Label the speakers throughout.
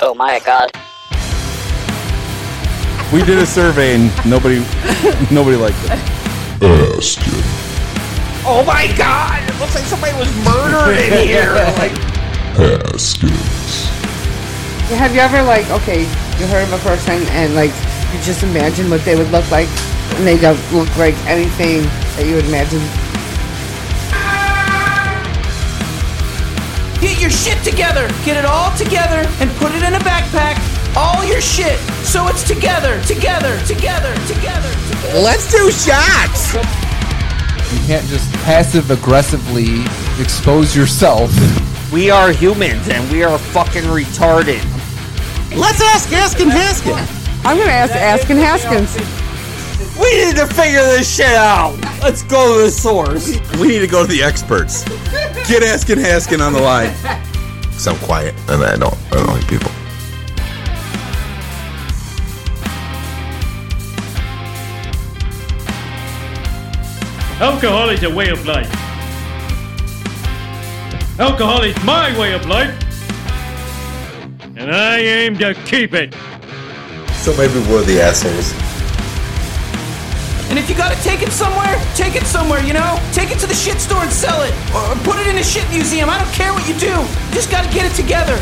Speaker 1: Oh my god.
Speaker 2: We did a survey and nobody nobody liked it.
Speaker 3: Baskin.
Speaker 4: Oh my god! It looks like somebody was murdered in here. Like,
Speaker 3: Haskins.
Speaker 5: Yeah, Have you ever like okay, you heard of a person and like you just imagine what they would look like, and they don't look like anything that you would imagine.
Speaker 4: get your shit together. Get it all together and put it in a backpack. All your shit. So it's together, together, together, together, together.
Speaker 6: Let's do shots.
Speaker 7: You can't just passive aggressively expose yourself.
Speaker 4: We are humans and we are fucking retarded.
Speaker 6: Let's ask Askin Haskin.
Speaker 5: I'm gonna ask Askin Haskins.
Speaker 4: We need to figure this shit out. Let's go to the source.
Speaker 8: We need to go to the experts. Get Askin Haskin on the line.
Speaker 3: So I'm quiet, and I don't, I don't like people.
Speaker 9: Alcohol is a way of life. Alcohol is my way of life. And I aim to keep it.
Speaker 3: So maybe we're the assholes.
Speaker 4: And if you gotta take it somewhere, take it somewhere, you know? Take it to the shit store and sell it. Or or put it in a shit museum. I don't care what you do. You just gotta get it together.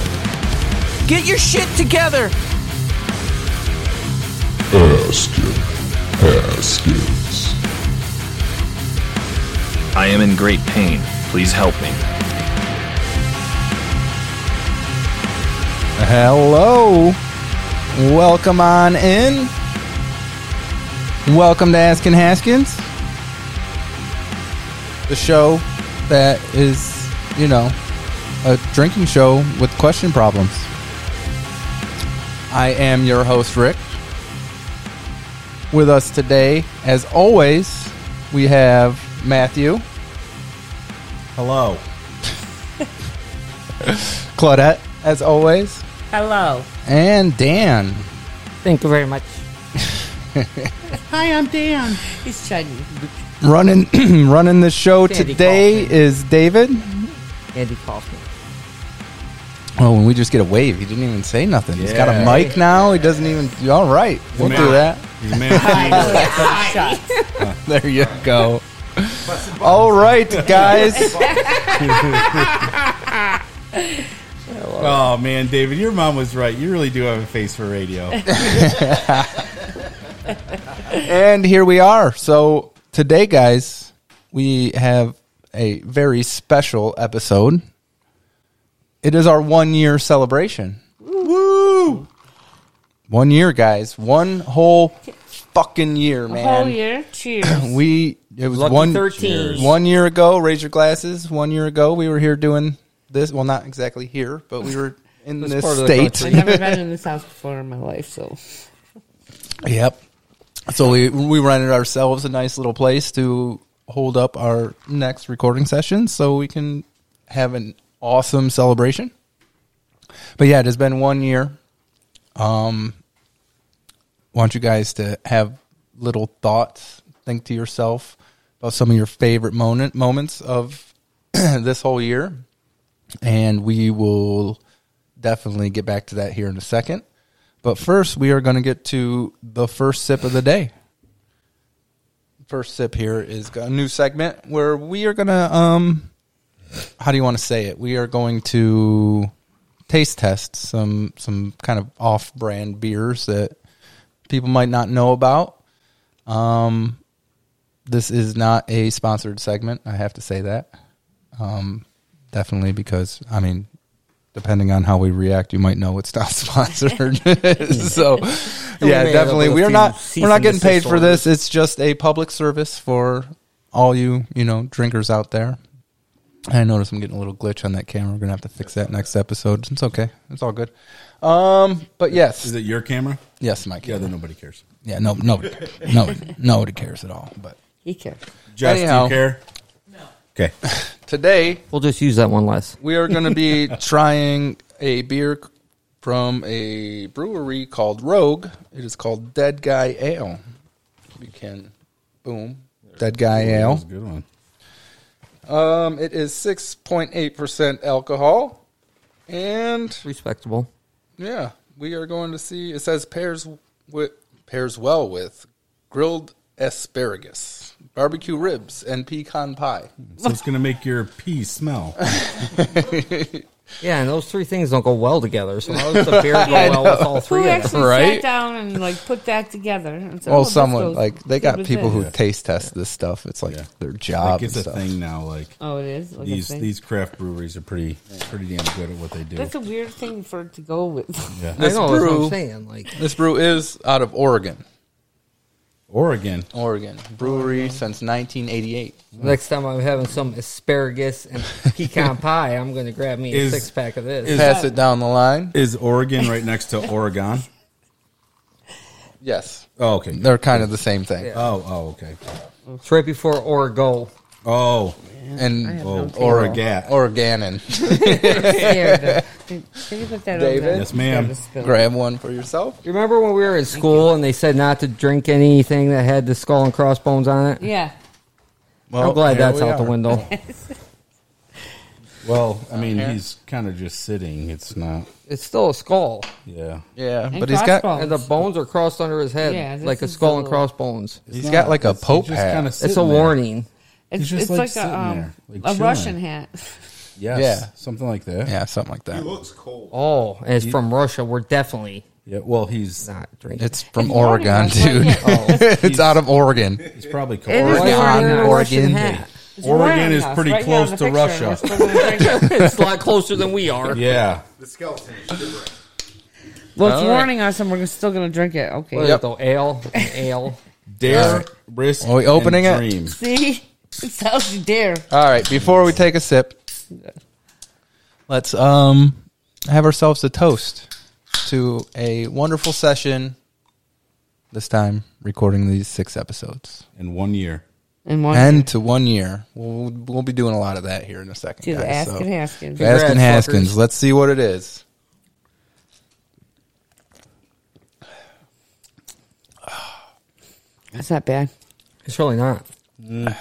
Speaker 4: Get your shit together.
Speaker 3: Baskin. Haskins.
Speaker 10: I am in great pain. Please help me.
Speaker 7: Hello. Welcome on in. Welcome to Askin Haskins. The show that is, you know, a drinking show with question problems. I am your host, Rick. With us today, as always, we have Matthew,
Speaker 2: Hello.
Speaker 7: Claudette, as always,
Speaker 11: Hello.
Speaker 7: and Dan.
Speaker 11: Thank you very much.
Speaker 6: Hi, I'm Dan.
Speaker 11: He's chugging
Speaker 7: Running running the show
Speaker 11: Dandy
Speaker 7: today
Speaker 11: Kaufman.
Speaker 7: is David.
Speaker 11: Andy Kaufman.
Speaker 7: Oh, and we just get a wave. He didn't even say nothing. He's got a
Speaker 2: Yeah.
Speaker 7: mic now. He doesn't even. All right, we'll do that.
Speaker 11: Shots.
Speaker 7: There you go. All right, guys.
Speaker 2: Oh man, David, your mom was right. You really do have a face for radio.
Speaker 7: and here we are. So today, guys, we have a very special episode. It is our one year celebration. Woo! One year, guys. One whole fucking year, man.
Speaker 11: Whole year. Cheers.
Speaker 7: We it was
Speaker 11: Lucky
Speaker 7: one
Speaker 11: 13.
Speaker 7: one year ago. Raise your glasses. One year ago, we were here doing this. Well, not exactly here, but we were in this,
Speaker 2: part of the
Speaker 7: state.
Speaker 11: I've never been in this house before in my life, so
Speaker 7: yep. So we we rented ourselves a nice little place to hold up our next recording session, so we can have an awesome celebration. But yeah, it has been one year. Um, want you guys to have little thoughts, think to yourself about some of your favorite moment moments of this whole year, and we will definitely get back to that here in a second. But first, we are going to get to the first sip of the day. First sip here is a new segment where we are going to um, how do you want to say it? We are going to taste test some some kind of off brand beers that people might not know about. Um, this is not a sponsored segment. I have to say that. Um, definitely because I mean, depending on how we react, you might know it's not sponsored. so, yeah,
Speaker 6: may end up
Speaker 7: definitely.
Speaker 6: with a
Speaker 7: We are
Speaker 6: few
Speaker 7: not
Speaker 6: cease
Speaker 7: we're not
Speaker 6: and
Speaker 7: getting paid
Speaker 6: desist
Speaker 7: for this. It's just a public service for all you you know drinkers out there. I notice I'm getting a little glitch on that camera. We're gonna have to fix that next episode. It's okay. It's all good. Um, but yes,
Speaker 2: Is it your camera?
Speaker 7: yes, Mike.
Speaker 2: Yeah, then nobody cares.
Speaker 7: Yeah, no, nobody, no, nobody cares at all. But
Speaker 11: he cares.
Speaker 2: Josh,
Speaker 7: Anyhow.
Speaker 2: do you care? No. Okay.
Speaker 7: today
Speaker 11: We'll just use that one less.
Speaker 7: we are going to be trying a beer from a brewery called Rogue. It is called Dead Guy Ale. You can, boom, Dead Guy Ale.
Speaker 2: That's a good one.
Speaker 7: Um, it is six point eight percent alcohol, and
Speaker 11: Respectable.
Speaker 7: Yeah, we are going to see. It says pairs with pairs well with grilled asparagus, barbecue ribs, and pecan pie.
Speaker 2: So it's gonna make your pee smell.
Speaker 11: Yeah, and those three things don't go well together. So how does the beer go
Speaker 7: I
Speaker 11: well with
Speaker 7: know.
Speaker 11: all three
Speaker 7: Who
Speaker 11: of
Speaker 7: actually-
Speaker 11: them?
Speaker 1: sat
Speaker 7: Right?
Speaker 1: down and like put that together. And said,
Speaker 7: well,
Speaker 1: oh, this
Speaker 7: someone
Speaker 1: goes
Speaker 7: like they
Speaker 1: good
Speaker 7: got
Speaker 1: with
Speaker 7: people who
Speaker 1: this.
Speaker 7: taste test this stuff. It's like their
Speaker 2: Like,
Speaker 7: job.
Speaker 2: it's
Speaker 7: and
Speaker 2: a
Speaker 7: stuff.
Speaker 2: thing now. Like
Speaker 1: Oh, it is? Like a
Speaker 2: these
Speaker 1: thing?
Speaker 2: these craft breweries are pretty pretty damn good at what they do.
Speaker 1: That's a weird thing for it to go with.
Speaker 2: Yeah.
Speaker 7: This
Speaker 11: know, that's what I'm
Speaker 7: brew,
Speaker 11: saying, like-
Speaker 7: this brew is out of Oregon.
Speaker 2: Oregon,
Speaker 7: Oregon brewery since 1988.
Speaker 11: Next time I'm having some asparagus and pecan pie, I'm going to grab me a six pack of this.
Speaker 7: pass it down the line.
Speaker 2: Is Oregon right next to Oregon?
Speaker 7: Yes,
Speaker 2: Oh, okay.
Speaker 7: they're kind of the same thing.
Speaker 11: Yeah.
Speaker 2: Oh, oh, okay.
Speaker 11: It's right before Orgo.
Speaker 2: Oh,
Speaker 7: And
Speaker 5: I have
Speaker 2: oh,
Speaker 5: no clue.
Speaker 2: Oregat.
Speaker 7: Oreganon.
Speaker 5: Scared. Can you put that
Speaker 7: David?
Speaker 5: on there?
Speaker 2: Yes, ma'am.
Speaker 5: Gotta spill it.
Speaker 7: Grab one for yourself.
Speaker 11: You remember when we were in school and they said not to drink anything that had the skull and crossbones on it?
Speaker 1: yeah.
Speaker 7: Well,
Speaker 11: I'm glad
Speaker 7: Oh, here
Speaker 11: that's
Speaker 7: we
Speaker 11: out the
Speaker 7: are.
Speaker 11: window.
Speaker 2: Well, I mean, he's kind of just sitting. It's not.
Speaker 11: It's still a skull,
Speaker 2: Yeah.
Speaker 7: Yeah,
Speaker 1: And
Speaker 7: but he's got
Speaker 1: crossbones.
Speaker 11: and the bones are crossed under his head
Speaker 1: Yeah, this
Speaker 11: like a
Speaker 1: is
Speaker 11: skull
Speaker 1: a
Speaker 11: and
Speaker 1: little-
Speaker 11: crossbones.
Speaker 7: he's got like a
Speaker 2: It's- he's
Speaker 7: pope
Speaker 2: just
Speaker 7: hat.
Speaker 2: kinda
Speaker 11: It's
Speaker 2: sitting there.
Speaker 11: a warning.
Speaker 1: It's,
Speaker 2: just,
Speaker 1: it's
Speaker 2: like,
Speaker 1: like,
Speaker 2: sitting
Speaker 1: a, um,
Speaker 2: there, like,
Speaker 1: a
Speaker 2: chilling.
Speaker 1: Russian hat.
Speaker 2: Yes.
Speaker 7: Yeah.
Speaker 2: Something like that. Yeah.
Speaker 7: Yeah, something like that.
Speaker 8: looks cold.
Speaker 11: Oh, and it's from Russia. We're definitely
Speaker 2: well, he's
Speaker 11: not drinking.
Speaker 7: It's from
Speaker 1: It's Oregon,
Speaker 7: Oregon,
Speaker 1: that's right,
Speaker 7: dude. it's out of Oregon.
Speaker 2: he's probably
Speaker 5: It is
Speaker 2: Oregon.
Speaker 5: Oregon.
Speaker 11: Oregon,
Speaker 7: Oregon.
Speaker 11: hat.
Speaker 1: It's
Speaker 2: Oregon
Speaker 1: around
Speaker 2: is
Speaker 1: us
Speaker 2: pretty
Speaker 1: right now
Speaker 2: close
Speaker 1: in
Speaker 2: to
Speaker 1: the picture, and we're
Speaker 2: Russia.
Speaker 1: still gonna drink it.
Speaker 11: it's a lot closer than we are.
Speaker 2: Yeah.
Speaker 8: The skeleton.
Speaker 5: Well, it's
Speaker 7: All right.
Speaker 5: warning us, and we're still gonna drink it. Okay.
Speaker 11: What is
Speaker 7: Yep.
Speaker 11: it though? Ale, ale.
Speaker 2: Dare,
Speaker 7: Alright.
Speaker 2: risk,
Speaker 7: Are we opening
Speaker 2: and
Speaker 7: it?
Speaker 2: dream.
Speaker 1: See? It sounds you dare.
Speaker 7: All right, before we take a sip, let's um have ourselves a toast to a wonderful session. This time, recording these six episodes,
Speaker 2: in one year.
Speaker 1: And one
Speaker 7: and to one year. We'll, we'll be doing a lot of that here in a second.
Speaker 1: to the
Speaker 7: guys,
Speaker 1: Askin
Speaker 7: so.
Speaker 1: Haskins.
Speaker 11: Congrats,
Speaker 7: Askin Haskins.
Speaker 11: fuckers.
Speaker 7: Let's see what it is.
Speaker 1: That's not bad.
Speaker 11: It's really not.
Speaker 2: It's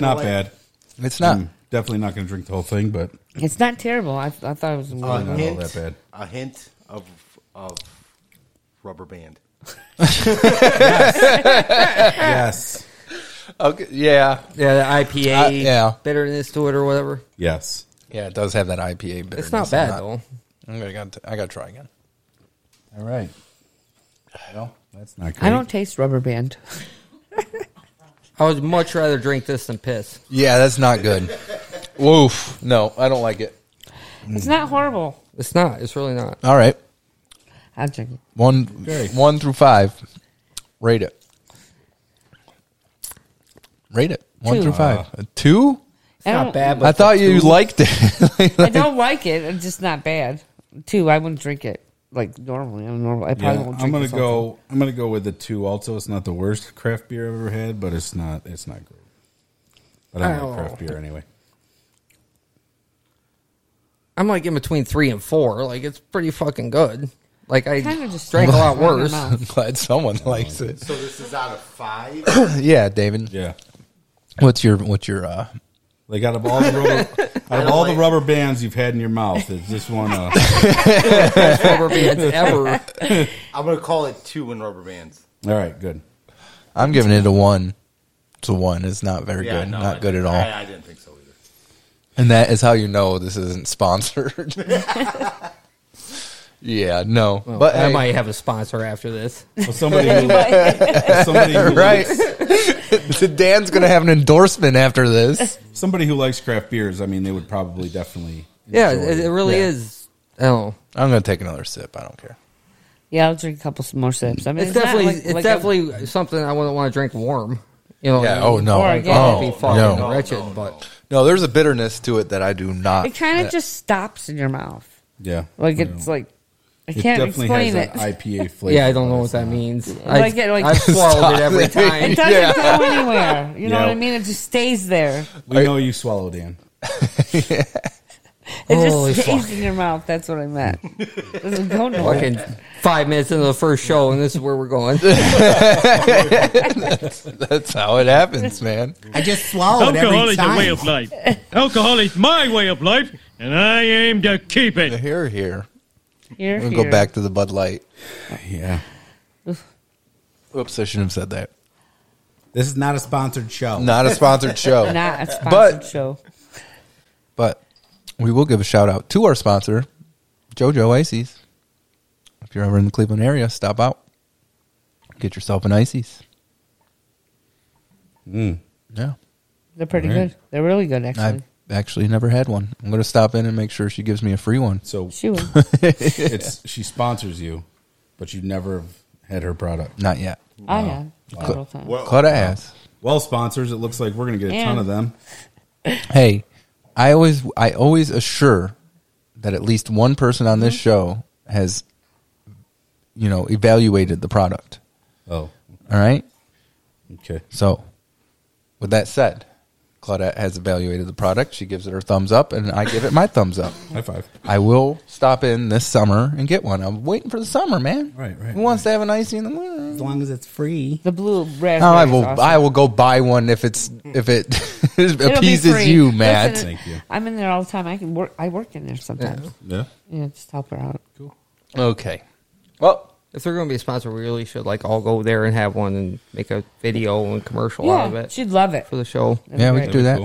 Speaker 2: not bad.
Speaker 7: It's not.
Speaker 2: I'm definitely not going to drink the whole thing, but
Speaker 1: It's not terrible. I, I thought it was more.
Speaker 7: Uh,
Speaker 2: not all that bad.
Speaker 12: A hint of of rubber band.
Speaker 2: Yes.
Speaker 7: Okay. Yeah.
Speaker 11: Yeah, the IPA
Speaker 7: Uh, yeah.
Speaker 11: bitterness to it or whatever.
Speaker 2: Yes.
Speaker 7: Yeah. It does have that IPA bitterness.
Speaker 11: It's not bad
Speaker 7: I'm
Speaker 11: though.
Speaker 7: I'm gonna, I got. I got to try again.
Speaker 2: All right. Well, that's not good.
Speaker 1: I don't taste rubber band.
Speaker 11: I would much rather drink this than piss.
Speaker 7: Yeah, that's not good. Woof. No, I don't like it. Mm.
Speaker 1: It's not horrible.
Speaker 11: It's not. It's really not.
Speaker 7: All right.
Speaker 1: I'll drink it.
Speaker 7: One
Speaker 2: Okay.
Speaker 7: one through five. Rate it. Rate it. One
Speaker 1: Two.
Speaker 7: through five. A two?
Speaker 1: I
Speaker 11: not
Speaker 1: don't-
Speaker 11: bad, but
Speaker 7: I thought you liked it.
Speaker 1: I don't like it. It's just not bad. Two, I wouldn't drink it like normally. I'm normal. I probably
Speaker 2: Yeah,
Speaker 1: won't drink
Speaker 2: I'm gonna
Speaker 1: this all
Speaker 2: go. I'm gonna go with the two. Also, it's not the worst craft beer I've ever had, but it's not. It's not great. But I don't like craft beer anyway.
Speaker 11: I'm like in between three and four. Like it's pretty fucking good. Like I
Speaker 1: Kinda just
Speaker 11: drank a lot
Speaker 1: right in
Speaker 11: worse.
Speaker 1: my mouth.
Speaker 7: I'm glad someone likes it.
Speaker 12: So this is out of five.
Speaker 7: Yeah, David.
Speaker 2: Yeah.
Speaker 7: What's your what's your uh
Speaker 2: Like out of all the rubber, out of all the rubber bands you've had in your mouth, it's just one. Uh,
Speaker 11: Rubber bands ever.
Speaker 12: I'm gonna call it two in rubber bands.
Speaker 2: all right, good.
Speaker 7: I'm giving it a one. It's a one. It's not very good.
Speaker 12: no,
Speaker 7: not
Speaker 12: I
Speaker 7: good at
Speaker 12: didn't-
Speaker 7: all.
Speaker 12: I, I didn't think so either.
Speaker 7: And that is how you know this isn't sponsored. yeah, no. but
Speaker 11: I
Speaker 7: hey,
Speaker 11: might have a sponsor after this.
Speaker 2: Well, somebody, who, somebody, who
Speaker 7: right.
Speaker 2: likes,
Speaker 7: Dan's gonna have an endorsement after this.
Speaker 2: somebody who likes craft beers. I mean, they would probably definitely.
Speaker 11: Yeah,
Speaker 2: enjoy
Speaker 11: it, it really
Speaker 7: Yeah.
Speaker 11: is. I don't know.
Speaker 7: I'm gonna take another sip. I don't care.
Speaker 1: Yeah, I'll drink a couple more sips. I mean, it's,
Speaker 11: It's,
Speaker 1: not
Speaker 11: definitely
Speaker 1: like-
Speaker 11: it's
Speaker 1: like
Speaker 11: definitely something I wouldn't want to drink warm. You know.
Speaker 7: Yeah, oh, no.
Speaker 11: Or
Speaker 7: Oh,
Speaker 11: again, it'd be fucking
Speaker 7: no.
Speaker 12: No,
Speaker 11: wretched.
Speaker 12: no,
Speaker 11: But
Speaker 7: No, there's a bitterness to it that I do
Speaker 1: I,
Speaker 7: not.
Speaker 1: it kind
Speaker 7: that-
Speaker 1: of just stops in your mouth.
Speaker 2: Yeah,
Speaker 1: Like
Speaker 2: you
Speaker 1: it's
Speaker 2: know.
Speaker 1: like I
Speaker 2: it
Speaker 1: can't
Speaker 2: definitely
Speaker 1: explain
Speaker 2: has
Speaker 1: it.
Speaker 2: that IPA flavor.
Speaker 11: yeah, I don't know
Speaker 2: but
Speaker 11: what
Speaker 2: it's
Speaker 11: that
Speaker 2: not-
Speaker 11: means.
Speaker 1: Like
Speaker 11: I,
Speaker 1: it, like-
Speaker 11: I've swallowed it every
Speaker 7: Stop.
Speaker 11: time.
Speaker 1: It doesn't go anywhere. You know
Speaker 2: Yeah.
Speaker 1: what I mean? It just stays there.
Speaker 2: We know you swallow, Dan.
Speaker 1: It
Speaker 11: Holy
Speaker 1: just stays
Speaker 11: fuck.
Speaker 1: in your mouth. That's what I meant. It doesn't go nowhere.
Speaker 11: fucking five minutes into the first show, and this is where we're going.
Speaker 7: That's how it happens, man.
Speaker 6: I just swallow it
Speaker 9: Alcohol
Speaker 6: every
Speaker 9: is a way
Speaker 6: time.
Speaker 9: of life. Alcohol is my way of life, and I aim to keep it.
Speaker 7: Here, here.
Speaker 1: Here,
Speaker 7: We'll go
Speaker 1: here.
Speaker 7: back to the Bud Light.
Speaker 2: Yeah.
Speaker 7: Oops, I shouldn't have said that.
Speaker 2: This is not a sponsored show.
Speaker 7: Not a sponsored show.
Speaker 1: Not a sponsored
Speaker 7: But-
Speaker 1: show.
Speaker 7: But we will give a shout out to our sponsor, JoJo Ices. If you're ever in the Cleveland area, stop out. Get yourself an Ices.
Speaker 2: Mm.
Speaker 7: Yeah.
Speaker 1: They're pretty
Speaker 7: All right.
Speaker 1: good. They're really good, actually.
Speaker 7: I've actually never had one. I'm going to stop in and make sure she gives me a free one.
Speaker 2: So
Speaker 1: She will.
Speaker 2: it's she sponsors you, but you never have had her product.
Speaker 7: Not yet.
Speaker 1: I have several times.
Speaker 7: Cut a ass.
Speaker 2: Well, sponsors, it looks like we're going to get a ton
Speaker 1: And-
Speaker 2: of them.
Speaker 7: Hey, I always I always assure that at least one person on this show has you know, evaluated the product.
Speaker 2: Oh.
Speaker 7: All right?
Speaker 2: Okay.
Speaker 7: So, with that said, Claudette has evaluated the product. She gives it her thumbs up, and I give it my thumbs up.
Speaker 2: High five.
Speaker 7: I will stop in this summer and get one. I'm waiting for the summer, man.
Speaker 2: Right, right.
Speaker 7: Who wants to have an icy in the winter?
Speaker 2: As long as it's free.
Speaker 1: The blue raspberry.
Speaker 7: No, Oh, I will.
Speaker 1: sauce.
Speaker 7: I will go buy one if it's if it
Speaker 1: Mm. It'll be free.
Speaker 7: appeases you, Matt.
Speaker 1: Listen, I'm in there all the time. I can work. I work in there sometimes.
Speaker 2: Yeah.
Speaker 1: Yeah, just help her out. Cool.
Speaker 7: Okay. Well,
Speaker 11: if they're going to be a sponsor, we really should like all go there and have one and make a video and commercial out of
Speaker 1: Yeah,
Speaker 11: it
Speaker 1: she'd love it.
Speaker 11: for the show.
Speaker 1: That'd be
Speaker 7: Yeah, we
Speaker 1: great.
Speaker 7: can do that.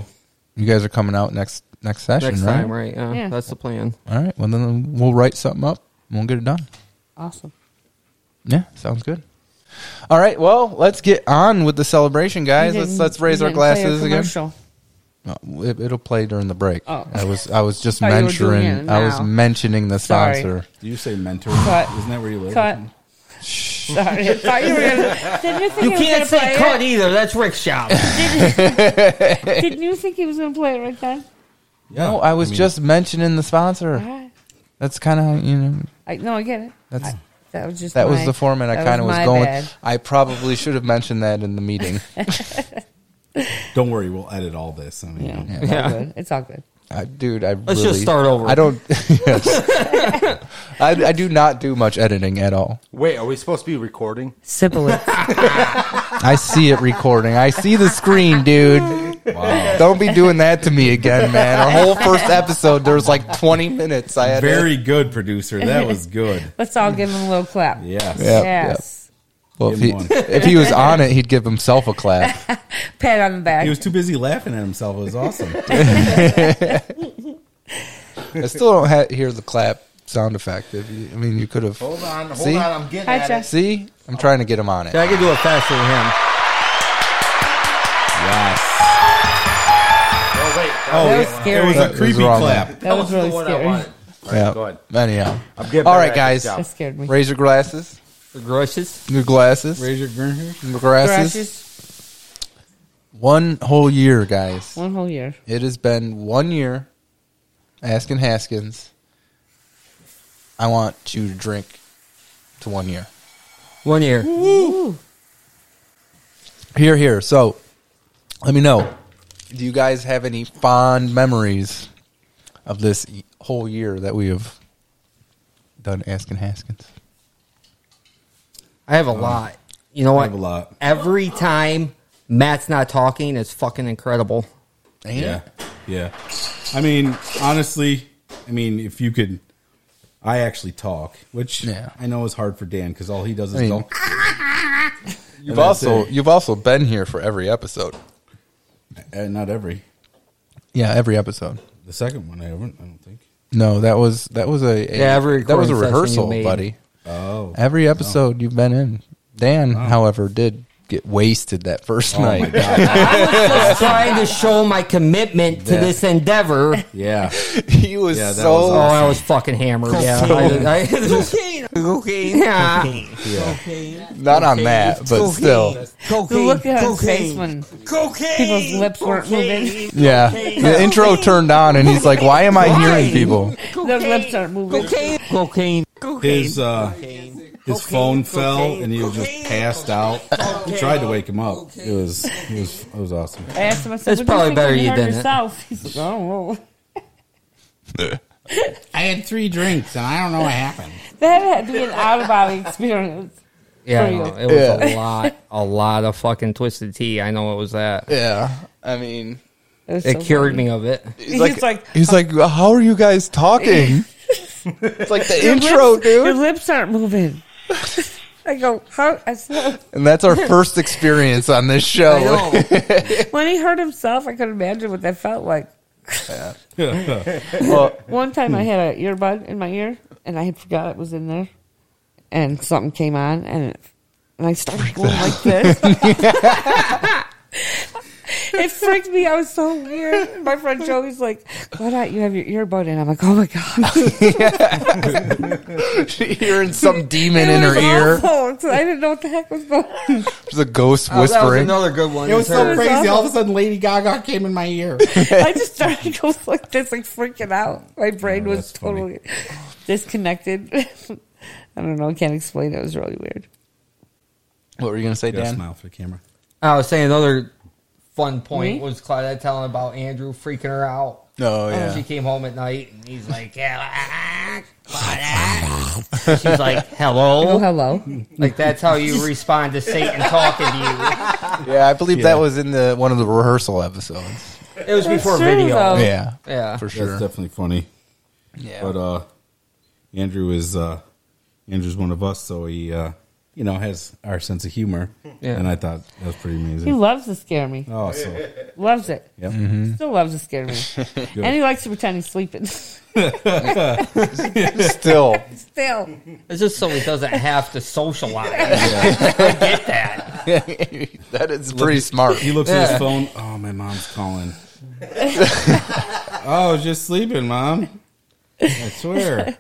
Speaker 7: You guys are coming out next next session,
Speaker 11: Next
Speaker 7: right?
Speaker 11: time, right? Yeah,
Speaker 1: Yeah.
Speaker 11: that's the plan.
Speaker 7: All right. Well, then we'll write something up. and We'll get it done.
Speaker 1: Awesome.
Speaker 7: Yeah, sounds good. All right. Well, let's get on with the celebration, guys.
Speaker 1: You
Speaker 7: Let's
Speaker 1: didn't-
Speaker 7: let's raise
Speaker 1: you
Speaker 7: our
Speaker 1: didn't play a
Speaker 7: glasses again.
Speaker 1: commercial.
Speaker 7: No, it, it'll play during the break.
Speaker 1: Oh.
Speaker 7: I was I was just
Speaker 1: Thought you were
Speaker 7: mentioning
Speaker 1: doing it
Speaker 7: I was
Speaker 1: now.
Speaker 7: mentioning the
Speaker 1: Sorry.
Speaker 7: sponsor.
Speaker 2: Do you say mentor?
Speaker 1: Cut.
Speaker 2: Isn't that where you live?
Speaker 1: Cut. Sorry, I thought you were gonna. Didn't you think
Speaker 11: You
Speaker 1: he was
Speaker 11: can't
Speaker 1: gonna
Speaker 11: say
Speaker 1: play
Speaker 11: cut
Speaker 1: it?
Speaker 11: either. That's Rick Shop.
Speaker 1: Didn't you think he was gonna play it right then?
Speaker 2: Yeah.
Speaker 7: No, I was just mentioning the sponsor.
Speaker 1: Alright.
Speaker 7: That's kind of you know
Speaker 1: Ah, I no, I get it.
Speaker 7: That's-
Speaker 1: I- that was just
Speaker 7: that
Speaker 1: my-
Speaker 7: was the format I
Speaker 1: that
Speaker 7: kind of was
Speaker 1: my
Speaker 7: going.
Speaker 1: bad.
Speaker 7: I probably should have mentioned that in the meeting.
Speaker 2: Don't worry, we'll edit all this. I mean,
Speaker 1: Yeah,
Speaker 2: yeah.
Speaker 1: it's all
Speaker 11: Yeah.
Speaker 1: good. It's all good.
Speaker 7: I, dude, I
Speaker 11: Let's
Speaker 7: really,
Speaker 11: just start over.
Speaker 7: I don't. Yes. I, I do not do much editing at all.
Speaker 12: Wait, are we supposed to be recording?
Speaker 1: Sibilance.
Speaker 7: I see it recording. I see the screen, dude. Don't be doing that to me again, man. Our whole first episode, there was like 20 minutes. I had
Speaker 2: Very good, producer. That was good.
Speaker 1: Let's all give him a little clap.
Speaker 2: Yes.
Speaker 7: Yep,
Speaker 1: yes.
Speaker 7: Well, if,
Speaker 2: Give
Speaker 7: he,
Speaker 2: him one.
Speaker 7: if he was on it, he'd give himself a clap.
Speaker 1: Pat on the back.
Speaker 2: He was too busy laughing at himself. It was awesome.
Speaker 7: I still don't ha- hear the clap sound effect. If you, I mean, you could have.
Speaker 6: Hold on, hold
Speaker 7: See?
Speaker 6: on. I'm getting
Speaker 1: Hi,
Speaker 6: at
Speaker 1: Jeff.
Speaker 6: it.
Speaker 7: See, I'm trying to get him on it.
Speaker 11: I can do it faster than him.
Speaker 2: yes.
Speaker 6: Oh, wait. That
Speaker 2: Oh,
Speaker 1: That
Speaker 2: it,
Speaker 1: was scary.
Speaker 2: it was
Speaker 7: That
Speaker 2: a
Speaker 7: was
Speaker 2: creepy
Speaker 7: wrong.
Speaker 2: clap.
Speaker 1: that was
Speaker 6: the
Speaker 1: really
Speaker 6: one I
Speaker 1: scary.
Speaker 6: wanted.
Speaker 7: yeah.
Speaker 6: go ahead.
Speaker 7: Anyhow,
Speaker 6: I'm getting
Speaker 7: all
Speaker 6: better
Speaker 7: right,
Speaker 6: at
Speaker 7: guys.
Speaker 6: this job.
Speaker 1: That scared me.
Speaker 7: Raise your glasses.
Speaker 11: Grushes.
Speaker 7: Your glasses.
Speaker 2: Raise your grin here.
Speaker 7: Your glasses.
Speaker 1: Thrashes,
Speaker 7: One whole year, guys.
Speaker 1: One whole year.
Speaker 7: It has been one year. Asking Haskins. I want you to drink to one year.
Speaker 11: One year.
Speaker 7: Here, here. So, let me know. Do you guys have any fond memories of this y- whole year that we have done Asking Haskins?
Speaker 11: I have a lot. You know
Speaker 2: I
Speaker 11: what?
Speaker 2: have a lot.
Speaker 11: Every time Matt's not talking, it's fucking incredible.
Speaker 2: Yeah. Yeah. I mean, honestly, I mean, if you could, I actually talk, which
Speaker 7: Yeah.
Speaker 2: I know is hard for Dan because all he does is
Speaker 7: I mean-
Speaker 2: go.
Speaker 7: You've
Speaker 2: And that's
Speaker 7: also
Speaker 2: it.
Speaker 7: you've also been here for every episode.
Speaker 2: Uh, not every.
Speaker 7: Yeah, every episode.
Speaker 2: The second one, I haven't, I don't think.
Speaker 7: No, that was that was a, a
Speaker 11: Yeah, every
Speaker 7: that was a
Speaker 11: recording session you
Speaker 7: rehearsal,
Speaker 11: made.
Speaker 7: buddy.
Speaker 2: Oh.
Speaker 7: Every episode you've been in. Dan, however, did get wasted that first
Speaker 2: Oh my
Speaker 7: night.
Speaker 2: God.
Speaker 11: Just trying to show my commitment to
Speaker 7: Yeah.
Speaker 11: this endeavor.
Speaker 2: yeah.
Speaker 7: he was
Speaker 2: Yeah, that
Speaker 7: so
Speaker 11: Oh, I was fucking hammered. Yeah, I, I, cocaine, cocaine, yeah.
Speaker 7: not on that, but still,
Speaker 1: The look at his face when people's lips weren't moving.
Speaker 7: yeah. The intro turned on, and he's like, "Why am I hearing people?"
Speaker 1: Their lips aren't moving.
Speaker 11: cocaine.
Speaker 2: His, uh, his phone fell and he was just passed out. We tried to wake him up. It was, it was, it was awesome.
Speaker 1: I asked him, I said,
Speaker 11: That's
Speaker 1: "What do
Speaker 11: probably
Speaker 1: you think
Speaker 11: better
Speaker 1: when
Speaker 11: you
Speaker 1: heard
Speaker 11: didn't.
Speaker 1: yourself?" He's like, I don't know.
Speaker 2: I had three drinks and I don't know what happened.
Speaker 1: That had to be an out of body experience.
Speaker 11: Yeah,
Speaker 1: For you.
Speaker 11: no, it was
Speaker 7: Yeah.
Speaker 11: a lot, a lot of fucking twisted tea. I know it was that.
Speaker 7: Yeah, I mean,
Speaker 1: It, was
Speaker 11: It
Speaker 1: so
Speaker 11: cured
Speaker 1: funny.
Speaker 11: me of it.
Speaker 1: He's like, uh,
Speaker 7: he's like, "How are you guys talking?" It's like the intro,
Speaker 1: lips, dude. Your lips aren't moving. I go, how? I slow.
Speaker 7: And that's our first experience on this show.
Speaker 1: when he hurt himself, I could imagine what that felt like.
Speaker 7: Well-
Speaker 1: One time I had an earbud in my ear and I forgot it was in there and something came on and, it, and I started going like this. it freaked me. I was so weird. My friend Joey's like, why not? You have your earbud in. I'm like, oh my God.
Speaker 7: Hearing some demon
Speaker 1: It
Speaker 7: in her
Speaker 1: was
Speaker 7: ear.
Speaker 1: awful. So I didn't know what the heck was going on.
Speaker 7: There's a ghost
Speaker 1: Oh, that was
Speaker 7: whispering.
Speaker 1: another good one.
Speaker 13: It was so
Speaker 1: It was
Speaker 13: crazy. All of a
Speaker 1: awful.
Speaker 13: sudden, Lady Gaga came in my ear.
Speaker 1: I just started going like this, like freaking out. My brain was totally disconnected. I don't know. I can't explain. It It was really weird.
Speaker 7: What were you going to say,
Speaker 2: You gotta
Speaker 7: Dan?
Speaker 2: smile for the camera.
Speaker 11: I was saying another fun point
Speaker 7: Me?
Speaker 11: was Claudette telling about Andrew freaking her out.
Speaker 7: Oh, yeah.
Speaker 11: She came home at night and he's like, yeah, ah, Claudette. She's like, hello.
Speaker 1: Oh, hello.
Speaker 11: Like, that's how you respond to Satan talking to you.
Speaker 7: Yeah, I believe
Speaker 11: Yeah.
Speaker 7: that was in the one of the rehearsal episodes.
Speaker 11: It was
Speaker 7: That's
Speaker 11: before
Speaker 7: true,
Speaker 11: video.
Speaker 7: though. Yeah.
Speaker 11: Yeah.
Speaker 7: For sure.
Speaker 2: That's definitely funny.
Speaker 7: Yeah.
Speaker 2: But uh Andrew is uh Andrew's one of us, so he uh you know has our sense of humor.
Speaker 1: Yeah.
Speaker 2: And I thought that was pretty amazing.
Speaker 1: He loves to scare me.
Speaker 2: Oh, so-
Speaker 1: loves it.
Speaker 2: Yep. Mhm.
Speaker 1: Still loves to scare me.
Speaker 2: Good.
Speaker 1: and he likes to pretend he's sleeping.
Speaker 11: Still.
Speaker 1: Still.
Speaker 11: It's just so he doesn't have to socialize.
Speaker 2: Yeah.
Speaker 11: I get that.
Speaker 7: that is
Speaker 2: Look- He looks at his phone. Oh, my mom's calling. oh, I was just sleeping, mom. I swear.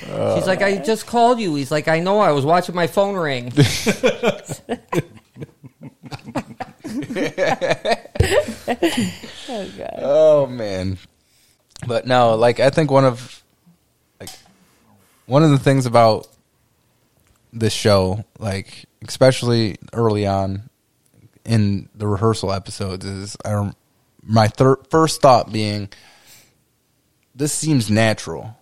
Speaker 11: She's like, I just called you. He's like, I know. I was watching my phone ring.
Speaker 1: Oh, God.
Speaker 7: Oh, man. But no, like I think one of like one of the things about this show, like especially early on in the rehearsal episodes, is I rem- my thir- first thought being, this seems natural.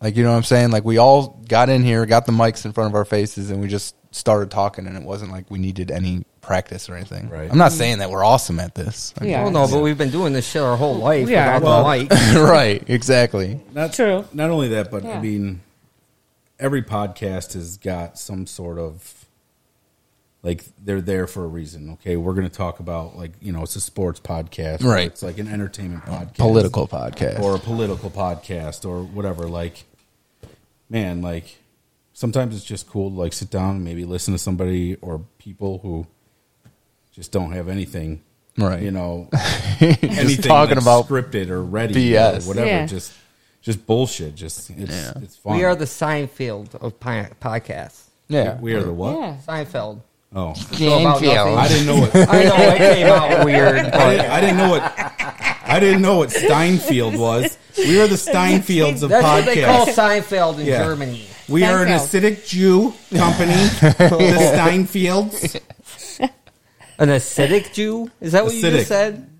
Speaker 7: Like you know what I'm saying? Like we all got in here, got the mics in front of our faces, and we just started talking, and it wasn't like we needed any practice or anything. Right. I'm not saying that we're awesome at this. I
Speaker 11: Well,
Speaker 7: mean,
Speaker 11: no, but we've been doing this shit our whole life
Speaker 7: Yeah,
Speaker 11: without
Speaker 7: well-
Speaker 11: the mic.
Speaker 7: right, exactly.
Speaker 2: Not
Speaker 1: true.
Speaker 2: Not only that, but
Speaker 1: Yeah.
Speaker 2: I mean, every podcast has got some sort of like they're there for a reason. Okay, we're going to talk about like you know it's a sports podcast, or
Speaker 7: Right.
Speaker 2: It's like an entertainment podcast,
Speaker 7: political podcast.
Speaker 2: or a political podcast, or whatever. Like, man, like sometimes it's just cool to like sit down and maybe listen to somebody or people who just don't have anything.
Speaker 7: Right.
Speaker 2: You know,
Speaker 7: Just
Speaker 2: anything
Speaker 7: talking
Speaker 2: that's
Speaker 7: about
Speaker 2: scripted or ready
Speaker 7: BS.
Speaker 2: or whatever.
Speaker 11: Yeah.
Speaker 2: Just just bullshit. Just it's it's fun.
Speaker 11: We are the Seinfeld of pi- podcasts.
Speaker 2: Yeah. We- we are the what? Yeah.
Speaker 11: Seinfeld.
Speaker 2: Oh,
Speaker 11: Go about nothing.
Speaker 2: I didn't know what.
Speaker 11: I know it came out weird.
Speaker 2: I,
Speaker 11: but-
Speaker 2: didn't, I didn't know what. I didn't know what Steinfeld was. We are the Steinfields of
Speaker 11: That's
Speaker 2: podcasts.
Speaker 11: what they call Seinfeld in
Speaker 2: Yeah.
Speaker 11: Germany.
Speaker 2: We are an acidic Jew company, the Steinfields.
Speaker 11: An acidic Jew? Is that what you
Speaker 2: Acidic.
Speaker 11: just said?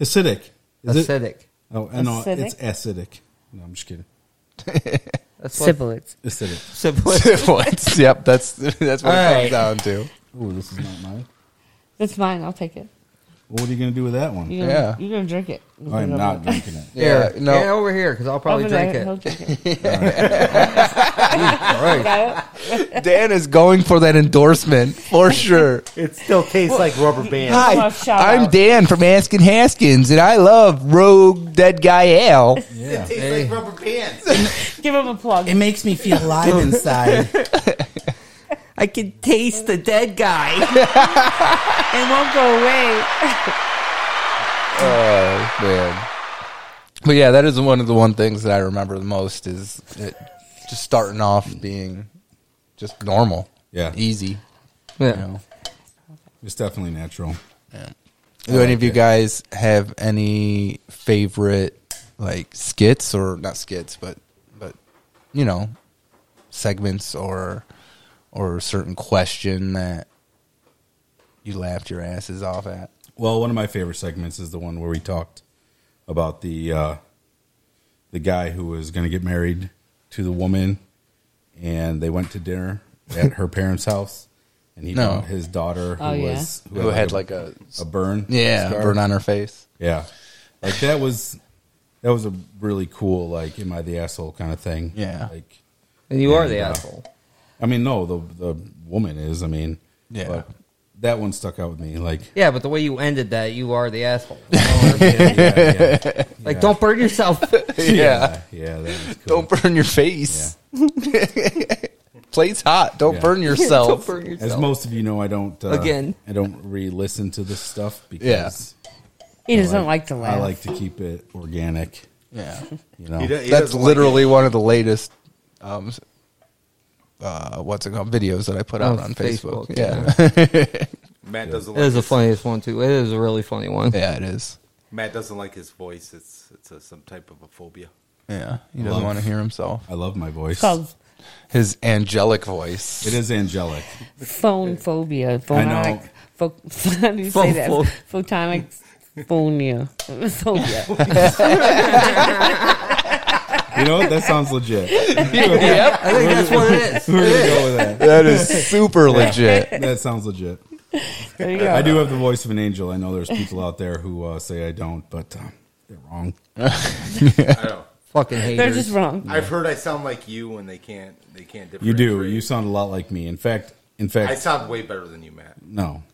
Speaker 2: Acidic. it-
Speaker 11: Acidic.
Speaker 2: Oh, I know it's
Speaker 11: Acidic?
Speaker 2: acidic. No, I'm just kidding.
Speaker 11: That's what- Sibilants.
Speaker 2: Acidic.
Speaker 11: Sibilants.
Speaker 7: Sibilants. Yep, that's that's what
Speaker 1: All
Speaker 7: it
Speaker 1: right.
Speaker 7: comes down to.
Speaker 2: Ooh, this is not mine.
Speaker 1: That's mine. I'll take it.
Speaker 2: What are you going to do with that one?
Speaker 1: You're gonna, yeah. You're going to drink it.
Speaker 2: I am not drinking it.
Speaker 11: Here, get over here because I'll probably
Speaker 1: Over there,
Speaker 11: drink it.
Speaker 1: he'll drink it.
Speaker 11: All
Speaker 1: right.
Speaker 7: Dan is going for that endorsement for sure.
Speaker 6: It still tastes like rubber bands.
Speaker 7: Hi, I'm Dan from Askin Haskins, and I love Rogue Dead Guy Ale.
Speaker 6: It tastes like rubber bands.
Speaker 1: Give him a plug.
Speaker 13: It makes me feel alive inside.
Speaker 11: I can taste the dead guy. it won't go away.
Speaker 7: Oh man! But yeah, that is one of the one things that I remember the most is it just starting off being just normal,
Speaker 2: Yeah.
Speaker 7: easy.
Speaker 11: Yeah.
Speaker 2: It's definitely natural.
Speaker 7: Yeah. Do any of you guys have any favorite like skits or not skits, but but you know segments or or a certain question that you laughed your asses off at?
Speaker 2: Well, one of my favorite segments is the one where we talked about the uh, the guy who was going to get married to the woman, and they went to dinner at her parents' house, and he
Speaker 7: No.
Speaker 2: found his daughter who
Speaker 7: Oh, yeah.
Speaker 2: was
Speaker 7: Who had like a-
Speaker 2: a burn,
Speaker 7: Yeah, burn on her face.
Speaker 2: Yeah, like that was that was a really cool like am I the asshole kind of thing.
Speaker 7: Yeah.
Speaker 2: Like
Speaker 11: And you are the
Speaker 2: uh,
Speaker 11: asshole.
Speaker 2: I mean no, the the woman is, I mean
Speaker 11: Yeah.
Speaker 2: that one stuck out with me. Like
Speaker 11: Yeah, but the way you ended that, you are the asshole.
Speaker 2: yeah, yeah.
Speaker 11: Like,
Speaker 2: Yeah.
Speaker 11: don't burn yourself.
Speaker 7: Yeah.
Speaker 2: Yeah, that was cool.
Speaker 7: Don't burn your face. Plate's hot. Don't
Speaker 2: Yeah.
Speaker 7: burn yourself.
Speaker 2: As most of you know, I don't uh,
Speaker 7: Again.
Speaker 2: I don't re-listen to this stuff because
Speaker 1: He
Speaker 2: I
Speaker 1: doesn't like to
Speaker 2: I
Speaker 1: laugh.
Speaker 2: like to keep it organic.
Speaker 7: Yeah.
Speaker 2: you know
Speaker 7: He do- he That's doesn't like literally one of the latest um s- uh what's it called videos that I put out
Speaker 11: Oh,
Speaker 7: on Facebook.
Speaker 11: Facebook,
Speaker 7: Yeah.
Speaker 12: Matt doesn't
Speaker 11: It is the
Speaker 12: like
Speaker 11: funniest one too. It is a really funny one.
Speaker 7: Yeah, it is.
Speaker 12: Matt doesn't like his voice. It's it's a, some type of a phobia.
Speaker 7: Yeah. He doesn't
Speaker 2: Love.
Speaker 7: want to hear himself.
Speaker 2: I love my voice.
Speaker 1: Called
Speaker 7: His angelic voice.
Speaker 2: It is angelic.
Speaker 1: phone phobia. Phonic. Pho- how do you
Speaker 7: Pho-
Speaker 1: say that?
Speaker 7: pho-
Speaker 1: Photonic phonia. Phobia.
Speaker 2: You know what? That sounds legit.
Speaker 11: Yep. I think that's what it is.
Speaker 2: We're gonna go with that.
Speaker 7: That is super legit.
Speaker 2: That sounds legit.
Speaker 1: There you go.
Speaker 2: I do have the voice of an angel. I know there's people out there who uh, say I don't, but um, they're wrong.
Speaker 12: I know.
Speaker 11: Fucking haters.
Speaker 1: They're just wrong.
Speaker 12: I've heard I sound like you when they can't they can't
Speaker 2: You
Speaker 12: differentiate.
Speaker 2: do. You sound a lot like me. In fact, in fact,
Speaker 12: I sound way better than you, Matt.
Speaker 2: No.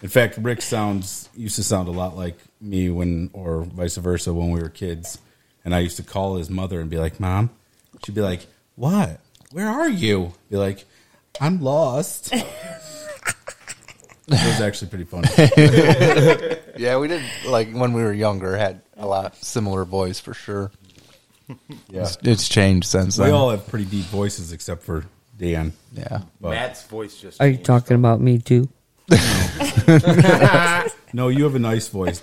Speaker 2: In fact, Rick sounds used to sound a lot like me when, or vice versa, when we were kids. And I used to call his mother and be like, "Mom," she'd be like, "What? Where are you?" Be like, "I'm lost." it was actually pretty funny.
Speaker 7: yeah, we did like when we were younger had a lot similar voice for sure.
Speaker 2: Yeah.
Speaker 7: It's, it's changed since
Speaker 2: we
Speaker 7: then.
Speaker 2: all have pretty deep voices except for Dan.
Speaker 7: Yeah.
Speaker 2: But-
Speaker 12: Matt's voice just
Speaker 1: Are you talking about me too?
Speaker 2: no, you have a nice voice.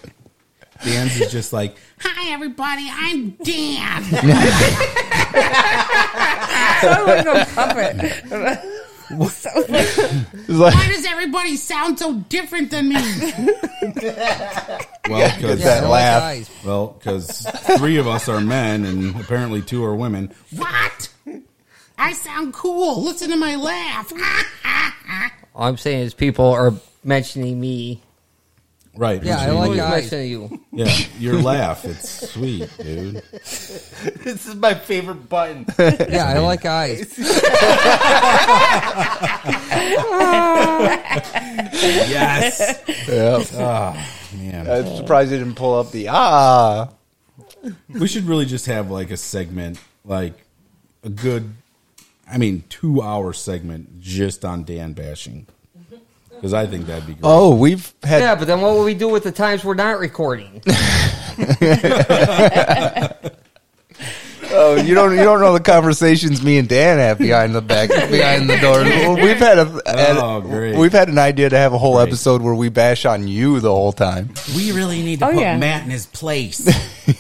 Speaker 2: Dan's is just like
Speaker 13: Hi, everybody. I'm Dan.
Speaker 1: Sound like a puppet. Sound like-
Speaker 7: It's like-
Speaker 13: Why does everybody sound so different than me?
Speaker 2: Well,
Speaker 7: Yeah,
Speaker 2: because
Speaker 7: get that Yeah, I like laugh. eyes.
Speaker 2: Well, 'cause three of us are men, and apparently two are women.
Speaker 13: what? I sound cool. Listen to my laugh.
Speaker 11: All I'm saying is people are mentioning me.
Speaker 2: Right?
Speaker 13: Yeah, I
Speaker 2: Between
Speaker 13: like
Speaker 2: you.
Speaker 11: Who's
Speaker 13: guys.
Speaker 11: mentioning you?
Speaker 2: Yeah, your laugh. It's sweet, dude.
Speaker 12: this is my favorite button.
Speaker 14: Yeah, I like eyes.
Speaker 2: yes.
Speaker 7: Yeah.
Speaker 2: Ah, man.
Speaker 7: I'm surprised you didn't pull up the ah.
Speaker 2: We should really just have like a segment, like a good, I mean, two hour segment just on Dan bashing. Because I think that'd be great.
Speaker 7: Oh, we've had
Speaker 11: yeah, but then what will we do with the times we're not recording?
Speaker 7: Oh, you don't you don't know the conversations me and Dan have behind the back behind the door. We've had a had-
Speaker 2: Oh, great.
Speaker 7: we've had an idea to have a whole episode where we bash on you the whole time.
Speaker 13: We really need to
Speaker 1: Oh,
Speaker 13: put
Speaker 1: yeah.
Speaker 13: Matt in his place.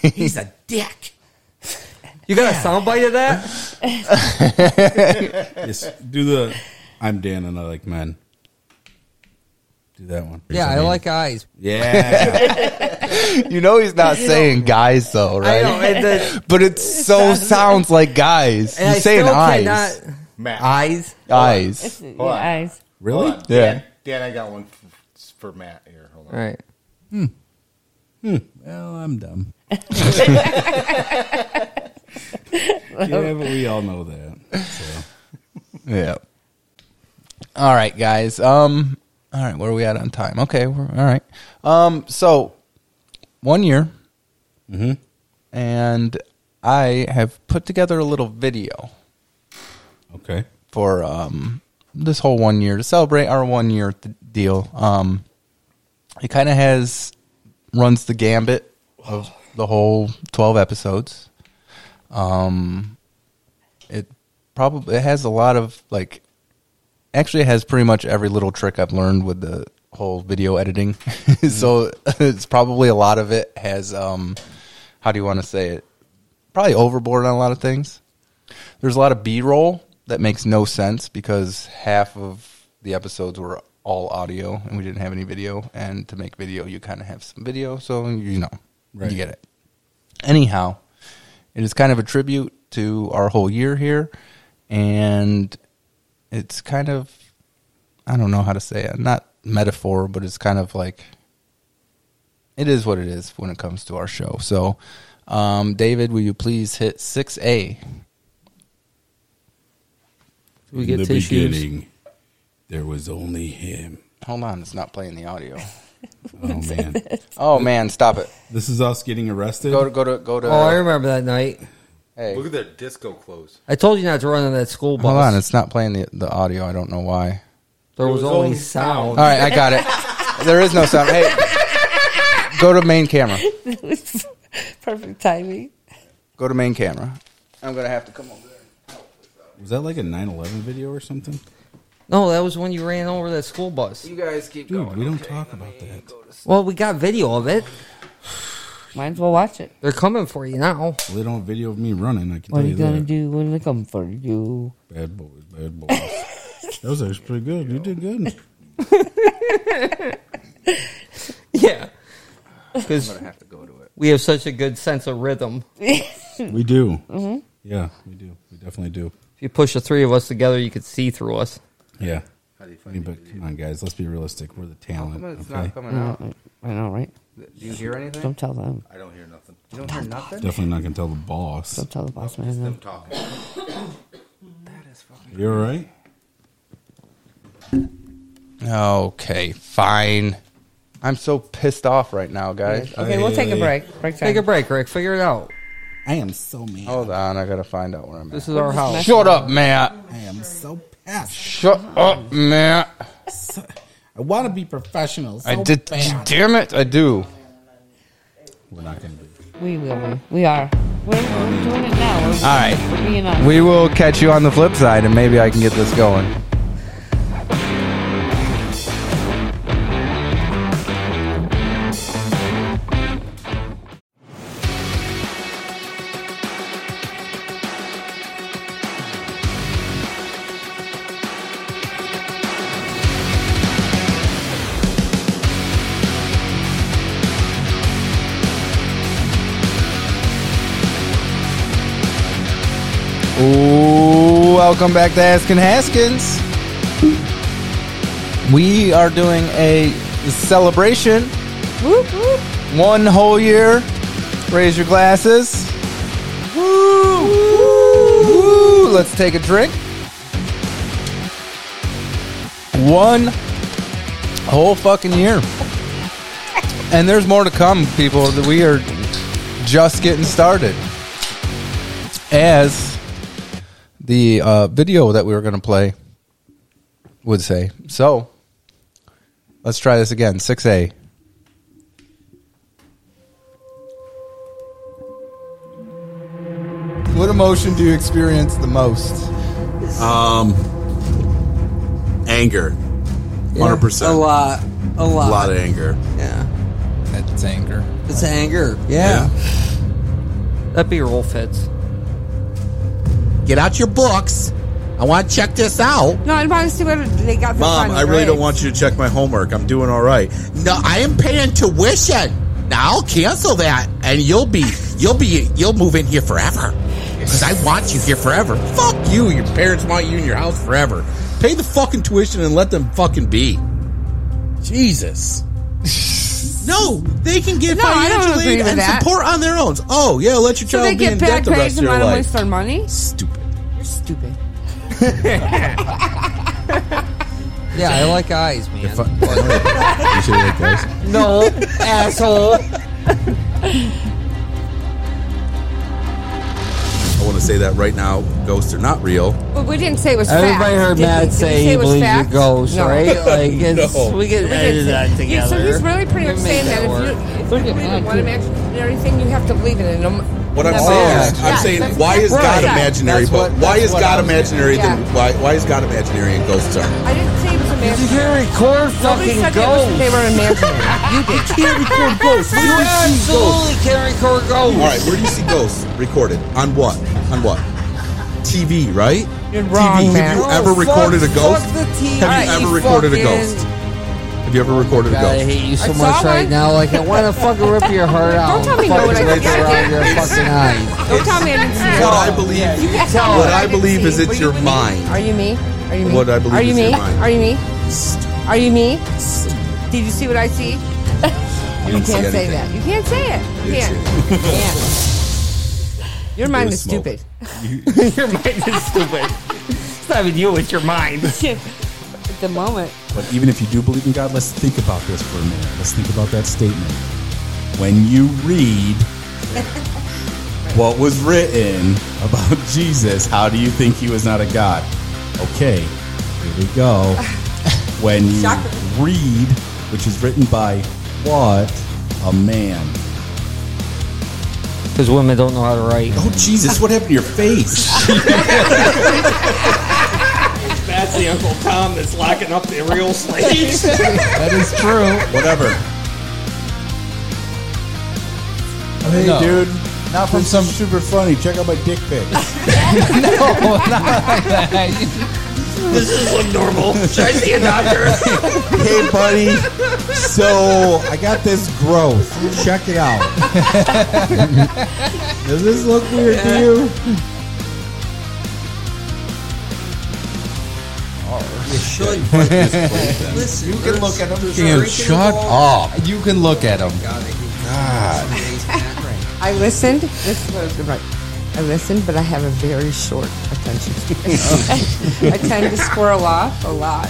Speaker 13: He's a dick.
Speaker 11: You got a soundbite of that?
Speaker 2: Yes, do the I'm Dan and I like men. Do that one.
Speaker 14: Yeah, I
Speaker 2: mean-
Speaker 14: like eyes.
Speaker 2: Yeah.
Speaker 7: You know he's not saying guys though, right?
Speaker 11: know, and the-
Speaker 7: but it so sounds like guys.
Speaker 11: And
Speaker 7: He's
Speaker 11: I
Speaker 7: saying
Speaker 11: still
Speaker 7: eyes,
Speaker 11: cannot-
Speaker 12: Matt.
Speaker 11: Eyes.
Speaker 7: eyes.
Speaker 1: Yeah,
Speaker 12: on.
Speaker 1: eyes.
Speaker 2: Really?
Speaker 12: Hold on.
Speaker 7: Yeah.
Speaker 12: Dan, Dan, I got one f- for Matt here. Hold on.
Speaker 11: All right.
Speaker 2: Well, I'm dumb. yeah, but we all know that. So.
Speaker 7: Yeah. All right, guys. Um. All right, where are we at on time? Okay, we're all right. Um. So, one year,
Speaker 2: Mm-hmm.
Speaker 7: and I have put together a little video
Speaker 2: Okay.
Speaker 7: for um this whole one year to celebrate our one year th- deal. Um. It kind of has runs the gambit of the whole twelve episodes. Um. It probably it has a lot of like actually it has pretty much every little trick I've learned with the whole video editing. so it's probably a lot of it has um how do you want to say it? Probably overboard on a lot of things. There's a lot of B-roll that makes no sense because half of the episodes were all audio and we didn't have any video and to make video you kind of have some video so you know
Speaker 2: Right.
Speaker 7: you get it. Anyhow, it is kind of a tribute to our whole year here and it's kind of I don't know how to say it. Not metaphor, but it's kind of like it is what it is when it comes to our show. So, um, David, will you please hit six A?
Speaker 2: We get In the tissues. beginning, there was only him.
Speaker 7: Hold on, it's not playing the audio. oh man! Oh man! Stop it!
Speaker 2: This is us getting arrested.
Speaker 7: Go to go to go to.
Speaker 11: Oh, I remember that night.
Speaker 7: Hey,
Speaker 12: Look at their disco clothes.
Speaker 11: I told you not to run on that school bus.
Speaker 7: hold on, it's not playing the, the audio. I don't know why.
Speaker 11: There was, only sound.
Speaker 7: All right, I got it. there is no sound. Hey, go to main camera.
Speaker 1: That was Perfect timing.
Speaker 7: Go to main camera. I'm gonna have to come over there.
Speaker 2: Was that like a 9/11 video or something?
Speaker 11: No, that was when you ran over that school bus.
Speaker 7: You guys keep
Speaker 2: Dude, we don't talk about that.
Speaker 11: Well, we got video of it.
Speaker 1: Might as well watch it.
Speaker 11: They're coming for you now.
Speaker 2: They don't have video of me running. I can tell
Speaker 1: What are
Speaker 2: you
Speaker 1: you gonna
Speaker 2: that.
Speaker 1: do when they come for you?
Speaker 2: Bad boys, bad boys. that was actually pretty good. You did good.
Speaker 11: Yeah, because we have such a good sense of rhythm. if
Speaker 2: We do.
Speaker 11: Mhm.
Speaker 1: Mm-hmm.
Speaker 2: Yeah, we do. We definitely do.
Speaker 11: you push the three of us together, you could see through us.
Speaker 2: Yeah. I mean, but come on, guys. Let's be realistic. We're the talent.
Speaker 7: come it's
Speaker 2: okay?
Speaker 7: not coming out?
Speaker 1: I know, right?
Speaker 7: Do you hear anything?
Speaker 1: Don't tell them.
Speaker 12: I don't hear nothing.
Speaker 7: You don't hear nothing.
Speaker 2: Definitely not gonna tell the boss.
Speaker 1: Don't tell the boss man.
Speaker 12: Them
Speaker 1: no.
Speaker 12: talking.
Speaker 2: You all right?
Speaker 7: Okay, fine. I'm so pissed off right now, guys.
Speaker 1: Okay, we'll take a break. Break time.
Speaker 11: Take a break, Rick. Figure it out.
Speaker 2: I am so mad.
Speaker 7: Uh, Hold on, I gotta find out where I'm
Speaker 11: This
Speaker 7: at.
Speaker 11: is our house.
Speaker 7: Shut up, Matt.
Speaker 2: I am so pissed.
Speaker 7: Shut up, Matt.
Speaker 2: I want to be professional. So
Speaker 7: I did.
Speaker 2: bad.
Speaker 7: Damn it, I do.
Speaker 2: We're not gonna be.
Speaker 1: We will. be. We are. We're, we're doing it now. We're,
Speaker 7: All right.
Speaker 5: Ah.
Speaker 1: We're being honest.
Speaker 7: We will catch you on the flip side, and maybe I can get this going. Ooh, welcome back to Askin Haskins. We are doing a celebration. One whole year. Raise your glasses. Woo! Woo! Let's take a drink. One whole fucking year. And there's more to come, people. That We are just getting started. As the uh, video that we were going to play would say. So let's try this again. 6A. What emotion do you experience the most?
Speaker 8: Um, anger. Hundred percent.
Speaker 11: A lot. A
Speaker 8: A
Speaker 11: lot.
Speaker 8: lot of anger.
Speaker 11: Yeah.
Speaker 7: That's anger.
Speaker 11: It's anger. Yeah. That'd be roll fits.
Speaker 6: Get out your books. I want to check this out.
Speaker 5: No, I want to see what they got. for
Speaker 8: Mom,
Speaker 5: fun
Speaker 8: I really don't
Speaker 5: grades.
Speaker 8: want you to check my homework. I'm doing all right.
Speaker 6: No, I am paying tuition. Now I'll cancel that, and you'll be, you'll be, you'll move in here forever. Because I want you here forever. Fuck you. Your parents want you in your house forever. Pay the fucking tuition and let them fucking be. Jesus. No, they can get
Speaker 5: No, I don't
Speaker 6: financial
Speaker 5: agree
Speaker 6: aid
Speaker 5: with
Speaker 6: and
Speaker 5: that.
Speaker 6: support on their own. Oh yeah, let your
Speaker 5: So
Speaker 6: child
Speaker 5: they
Speaker 6: be in
Speaker 5: get
Speaker 6: debt
Speaker 5: bad
Speaker 6: the
Speaker 5: grades
Speaker 6: rest of
Speaker 5: and
Speaker 6: your
Speaker 5: want to
Speaker 6: life.
Speaker 5: waste their money.
Speaker 8: Stupid.
Speaker 5: You're stupid.
Speaker 11: Yeah, I like eyes, man.
Speaker 2: You should like this.
Speaker 11: no, asshole.
Speaker 8: I want to say that right now. Ghosts are not real.
Speaker 5: But we didn't say it was fact.
Speaker 11: Everybody heard
Speaker 5: did we? Did
Speaker 11: Matt
Speaker 5: we
Speaker 11: say
Speaker 5: it
Speaker 11: he
Speaker 5: was
Speaker 11: believes
Speaker 5: fact?
Speaker 11: in ghosts,
Speaker 5: No.
Speaker 11: right? Like, it's,
Speaker 8: No.
Speaker 11: we get
Speaker 5: We
Speaker 11: edit
Speaker 5: didn't
Speaker 11: that
Speaker 5: say- yeah,
Speaker 11: together.
Speaker 5: so he's really pretty
Speaker 11: We
Speaker 5: much
Speaker 11: made
Speaker 5: saying that,
Speaker 11: work.
Speaker 5: if you, if you believe in one imaginary thing, you have to believe in it. No,
Speaker 8: What I'm
Speaker 5: no
Speaker 8: saying
Speaker 5: matter-
Speaker 8: is,
Speaker 5: Yeah,
Speaker 8: I'm saying,
Speaker 5: that's
Speaker 8: why is
Speaker 5: exactly
Speaker 8: God
Speaker 5: what I said.
Speaker 8: imaginary?
Speaker 11: That's
Speaker 8: But
Speaker 11: what-
Speaker 8: why
Speaker 11: that's
Speaker 8: is
Speaker 11: what I
Speaker 8: God
Speaker 11: was
Speaker 8: imaginary?
Speaker 5: gonna-
Speaker 8: Then why why is God imaginary and ghosts aren't?
Speaker 5: I didn't say it was
Speaker 11: You
Speaker 5: imaginary.
Speaker 11: can record
Speaker 5: Nobody
Speaker 11: fucking
Speaker 5: said they,
Speaker 11: ghosts.
Speaker 5: was, they were imaginary. you did.
Speaker 6: can't record ghosts.
Speaker 11: You absolutely can record ghosts.
Speaker 8: All right, where do you see ghosts recorded? On what? On what? TV, right?
Speaker 5: You're wrong,
Speaker 8: TV.
Speaker 5: man.
Speaker 8: Have you
Speaker 5: No,
Speaker 8: ever
Speaker 11: fuck-
Speaker 8: recorded a
Speaker 11: Oh,
Speaker 8: ghost?
Speaker 11: fuck the TV
Speaker 8: Have you ever recorded a
Speaker 11: fucking-
Speaker 8: ghost? Have you ever recorded a
Speaker 11: God, I
Speaker 8: ghost?
Speaker 11: hate you so
Speaker 5: I
Speaker 11: much
Speaker 5: saw
Speaker 11: right
Speaker 5: one.
Speaker 11: now. Like, I want to fucking rip your heart out.
Speaker 5: tell me no,
Speaker 11: fucking
Speaker 5: what I
Speaker 11: rip
Speaker 5: did.
Speaker 11: around your fucking eyes.
Speaker 5: Don't tell me I didn't see it.
Speaker 8: What I believe,
Speaker 5: tell
Speaker 8: what
Speaker 5: her.
Speaker 8: I believe is
Speaker 5: Were
Speaker 8: it's
Speaker 5: you
Speaker 8: your
Speaker 5: with me?
Speaker 8: mind.
Speaker 5: Are you me? Are you me?
Speaker 8: What I believe
Speaker 5: Are you
Speaker 8: is
Speaker 5: me?
Speaker 8: your mind.
Speaker 5: Are you me? Are you me? Did you see what I see?
Speaker 8: We
Speaker 5: You
Speaker 8: didn't see
Speaker 5: can't say
Speaker 8: anything.
Speaker 5: that. You can't say it. You
Speaker 8: Didn't
Speaker 5: can't. You can't. Your
Speaker 11: You
Speaker 5: mind
Speaker 11: do
Speaker 5: is
Speaker 11: smoke.
Speaker 5: stupid.
Speaker 11: your mind is stupid. It's not even you, it's your mind.
Speaker 1: At the moment.
Speaker 2: But even if you do believe in God, let's think about this for a minute. Let's think about that statement. When you read what was written about Jesus, how do you think he was not a God? Okay, here we go. When you read, which is written by what? A man.
Speaker 11: Because women don't know how to write.
Speaker 2: Oh, Jesus, what happened to your face?
Speaker 15: That's the Uncle Tom that's locking up the real slaves.
Speaker 7: that is true.
Speaker 2: Whatever. Hey,
Speaker 7: No.
Speaker 2: dude. Not from some super funny. Check out my dick pic.
Speaker 7: no, not that.
Speaker 15: this is abnormal. Should I see a doctor?
Speaker 2: hey, buddy. So I got this growth. Check it out. Does this look weird to you?
Speaker 15: You should.
Speaker 7: You can look at them.
Speaker 15: Dude,
Speaker 7: shut up. You can look at them.
Speaker 5: I listened. This is what I was gonna write. I listened, but I have a very short attention span. I tend to squirrel off a lot.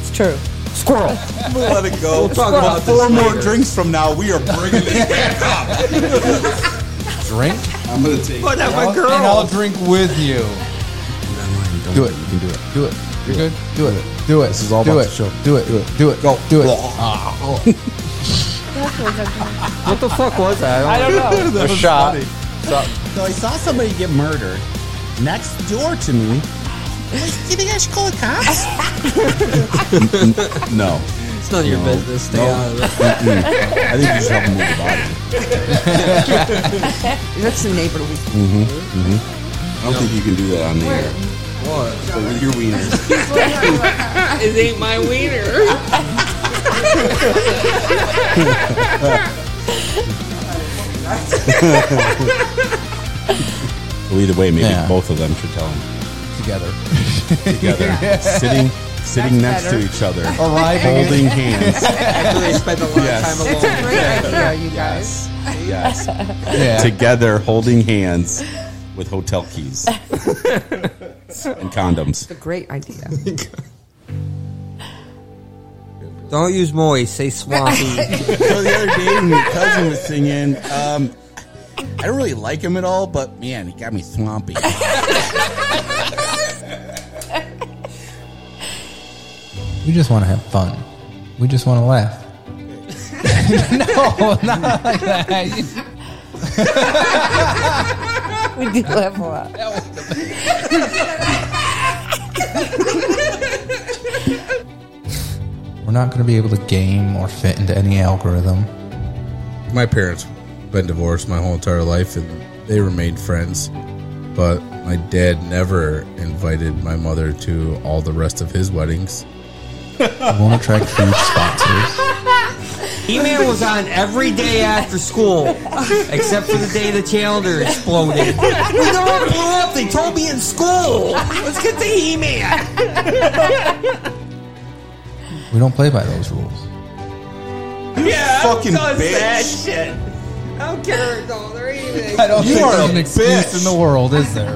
Speaker 5: It's true. Squirrel.
Speaker 2: Let it go. We'll talk
Speaker 5: Squirrel.
Speaker 2: about four more drinks from now. We are bringing it back up.
Speaker 7: Drink?
Speaker 2: I'm gonna take.
Speaker 15: But I'm a
Speaker 7: I'll-
Speaker 15: girl.
Speaker 7: And I'll drink with you. Do it.
Speaker 2: You can do it.
Speaker 7: Do it. You're good. Do it. Do it. This is all do
Speaker 2: about
Speaker 7: it.
Speaker 2: the show.
Speaker 7: Do it. Do it. Do it. Go. Do it.
Speaker 11: What the fuck was that?
Speaker 7: I don't know. That was funny.
Speaker 14: So, so I saw somebody get murdered next door to me.
Speaker 6: you think I should call the cops?
Speaker 2: No.
Speaker 11: It's none of your business. Stay out of it.
Speaker 2: Mm-mm. I think you should help him move the body.
Speaker 5: That's the neighborly.
Speaker 2: Mm-hmm. Mm-hmm. I don't think you can do that on the air. What? With your wieners.
Speaker 15: it ain't my
Speaker 2: well, either way, maybe
Speaker 7: Yeah.
Speaker 2: both of them should tell him.
Speaker 7: Together.
Speaker 2: together, sitting sitting
Speaker 7: That's
Speaker 2: next
Speaker 7: better.
Speaker 2: to each other,
Speaker 7: Arriving.
Speaker 2: holding hands.
Speaker 15: Actually, spend a lot
Speaker 2: Yes.
Speaker 15: of time
Speaker 5: It's
Speaker 15: alone.
Speaker 5: a great idea, you guys.
Speaker 2: Yes.
Speaker 7: Yeah.
Speaker 2: Together, holding hands with hotel keys and condoms.
Speaker 5: It's a great idea.
Speaker 11: Don't use moist, say swampy.
Speaker 2: so the other day, my cousin was singing. Um, I don't really like him at all, but man, he got me swampy.
Speaker 7: We just want to have fun. We just want to laugh. no, not like that.
Speaker 1: We do laugh a lot.
Speaker 7: We're not going to be able to game or fit into any algorithm.
Speaker 2: my parents been divorced my whole entire life and they remained friends but my dad never invited my mother to all the rest of his weddings
Speaker 7: I won't attract food sponsors.
Speaker 11: Email was on every day after school, except for the day the calendar exploded.
Speaker 15: We never blew up. They told me in school. Let's get the He-Man.
Speaker 7: We don't play by those rules.
Speaker 15: yeah,
Speaker 2: fucking
Speaker 15: does that
Speaker 2: bitch.
Speaker 15: shit. I don't care. No, they're eating.
Speaker 7: I don't
Speaker 2: You
Speaker 7: think
Speaker 2: are
Speaker 7: there's
Speaker 2: a
Speaker 7: an excuse in the world, is there?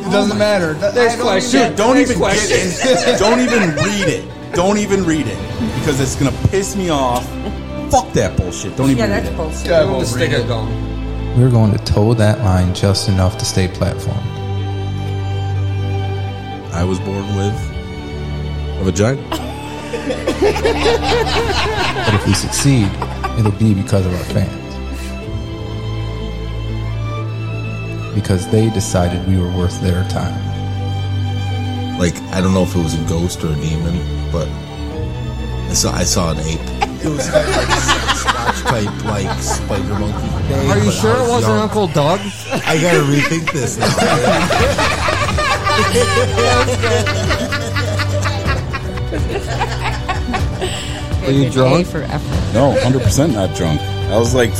Speaker 7: It doesn't matter.
Speaker 15: There's question.
Speaker 2: Dude, don't
Speaker 15: Next
Speaker 2: even get
Speaker 15: question.
Speaker 2: it. Don't even read it. Don't even read it because it's gonna piss me off. Fuck that bullshit. Don't even
Speaker 5: Yeah,
Speaker 2: read
Speaker 5: that's
Speaker 2: it.
Speaker 5: bullshit.
Speaker 15: Yeah, I won't The sticker read it. gone.
Speaker 7: We're going to toe that line just enough to stay platform.
Speaker 2: I was born with a vagina.
Speaker 7: But if we succeed, it'll be because of our fans. Because they decided we were worth their time.
Speaker 6: Like I don't know if it was a ghost or a demon, but I saw I saw an ape. It was kind of like a Sasquatch type, like spider monkey.
Speaker 11: Are you
Speaker 6: But
Speaker 11: sure
Speaker 6: I
Speaker 11: it
Speaker 6: was
Speaker 11: wasn't
Speaker 6: young.
Speaker 11: Uncle Doug?
Speaker 6: I gotta rethink this now.
Speaker 11: Are you drunk?
Speaker 5: For effort.
Speaker 2: No, hundred percent not drunk. I was like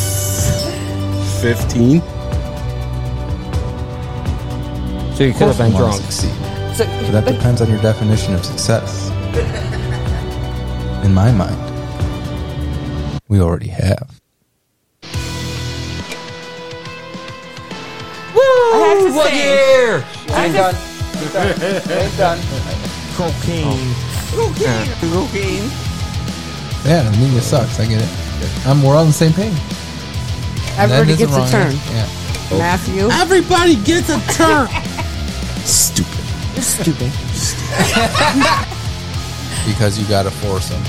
Speaker 2: fifteen.
Speaker 11: So you could have been
Speaker 7: Of course we wanna
Speaker 11: drunk.
Speaker 7: Succeed.
Speaker 5: So,
Speaker 7: But that depends on your definition of success. In my mind, We already have.
Speaker 11: Woo!
Speaker 15: I have to
Speaker 11: one
Speaker 15: say-
Speaker 11: year.
Speaker 15: I have
Speaker 7: Ain't done. Ain't done. Ain't done.
Speaker 15: Cocaine. Cocaine.
Speaker 7: Yeah, the media sucks. I get it. I'm, we're all on the same page.
Speaker 5: Everybody
Speaker 7: That
Speaker 5: gets
Speaker 7: isn't
Speaker 5: a turn.
Speaker 7: Yeah.
Speaker 5: Matthew.
Speaker 14: Everybody gets a turn.
Speaker 7: Stupid.
Speaker 5: Stupid.
Speaker 7: Because you got to force them.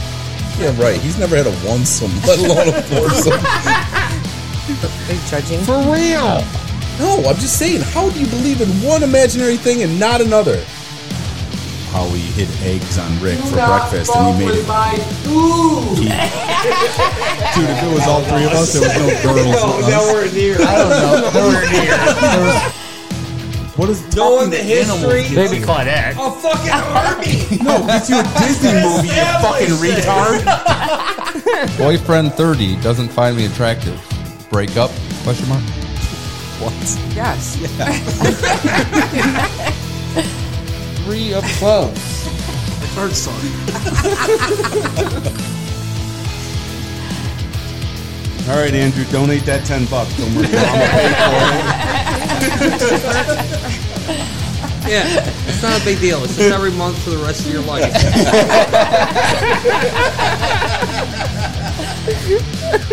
Speaker 8: Yeah, right. He's never had a onesome, let alone a foursome.
Speaker 5: Are you judging?
Speaker 8: For real? No, I'm just saying. How do you believe in one imaginary thing and not another?
Speaker 2: How we hid eggs on Rick
Speaker 8: Do
Speaker 2: for
Speaker 8: not
Speaker 2: breakfast and he made it.
Speaker 8: Dude, if it was all three of us, there was no girls.
Speaker 15: Oh, No, nowhere near. I don't know. Nowhere near.
Speaker 8: What is
Speaker 15: Knowing the history.
Speaker 11: Baby Claudette.
Speaker 15: A fucking army.
Speaker 8: No, it's your Disney movie, you fucking retard.
Speaker 7: Boyfriend 30 doesn't find me attractive. Break up? Question mark.
Speaker 8: What?
Speaker 5: Yes.
Speaker 7: Three of twelve.
Speaker 8: Third son.
Speaker 2: All right, Andrew, donate that ten bucks. Don't worry,
Speaker 11: Yeah, it's not a big deal. It's just every month for the rest of your life.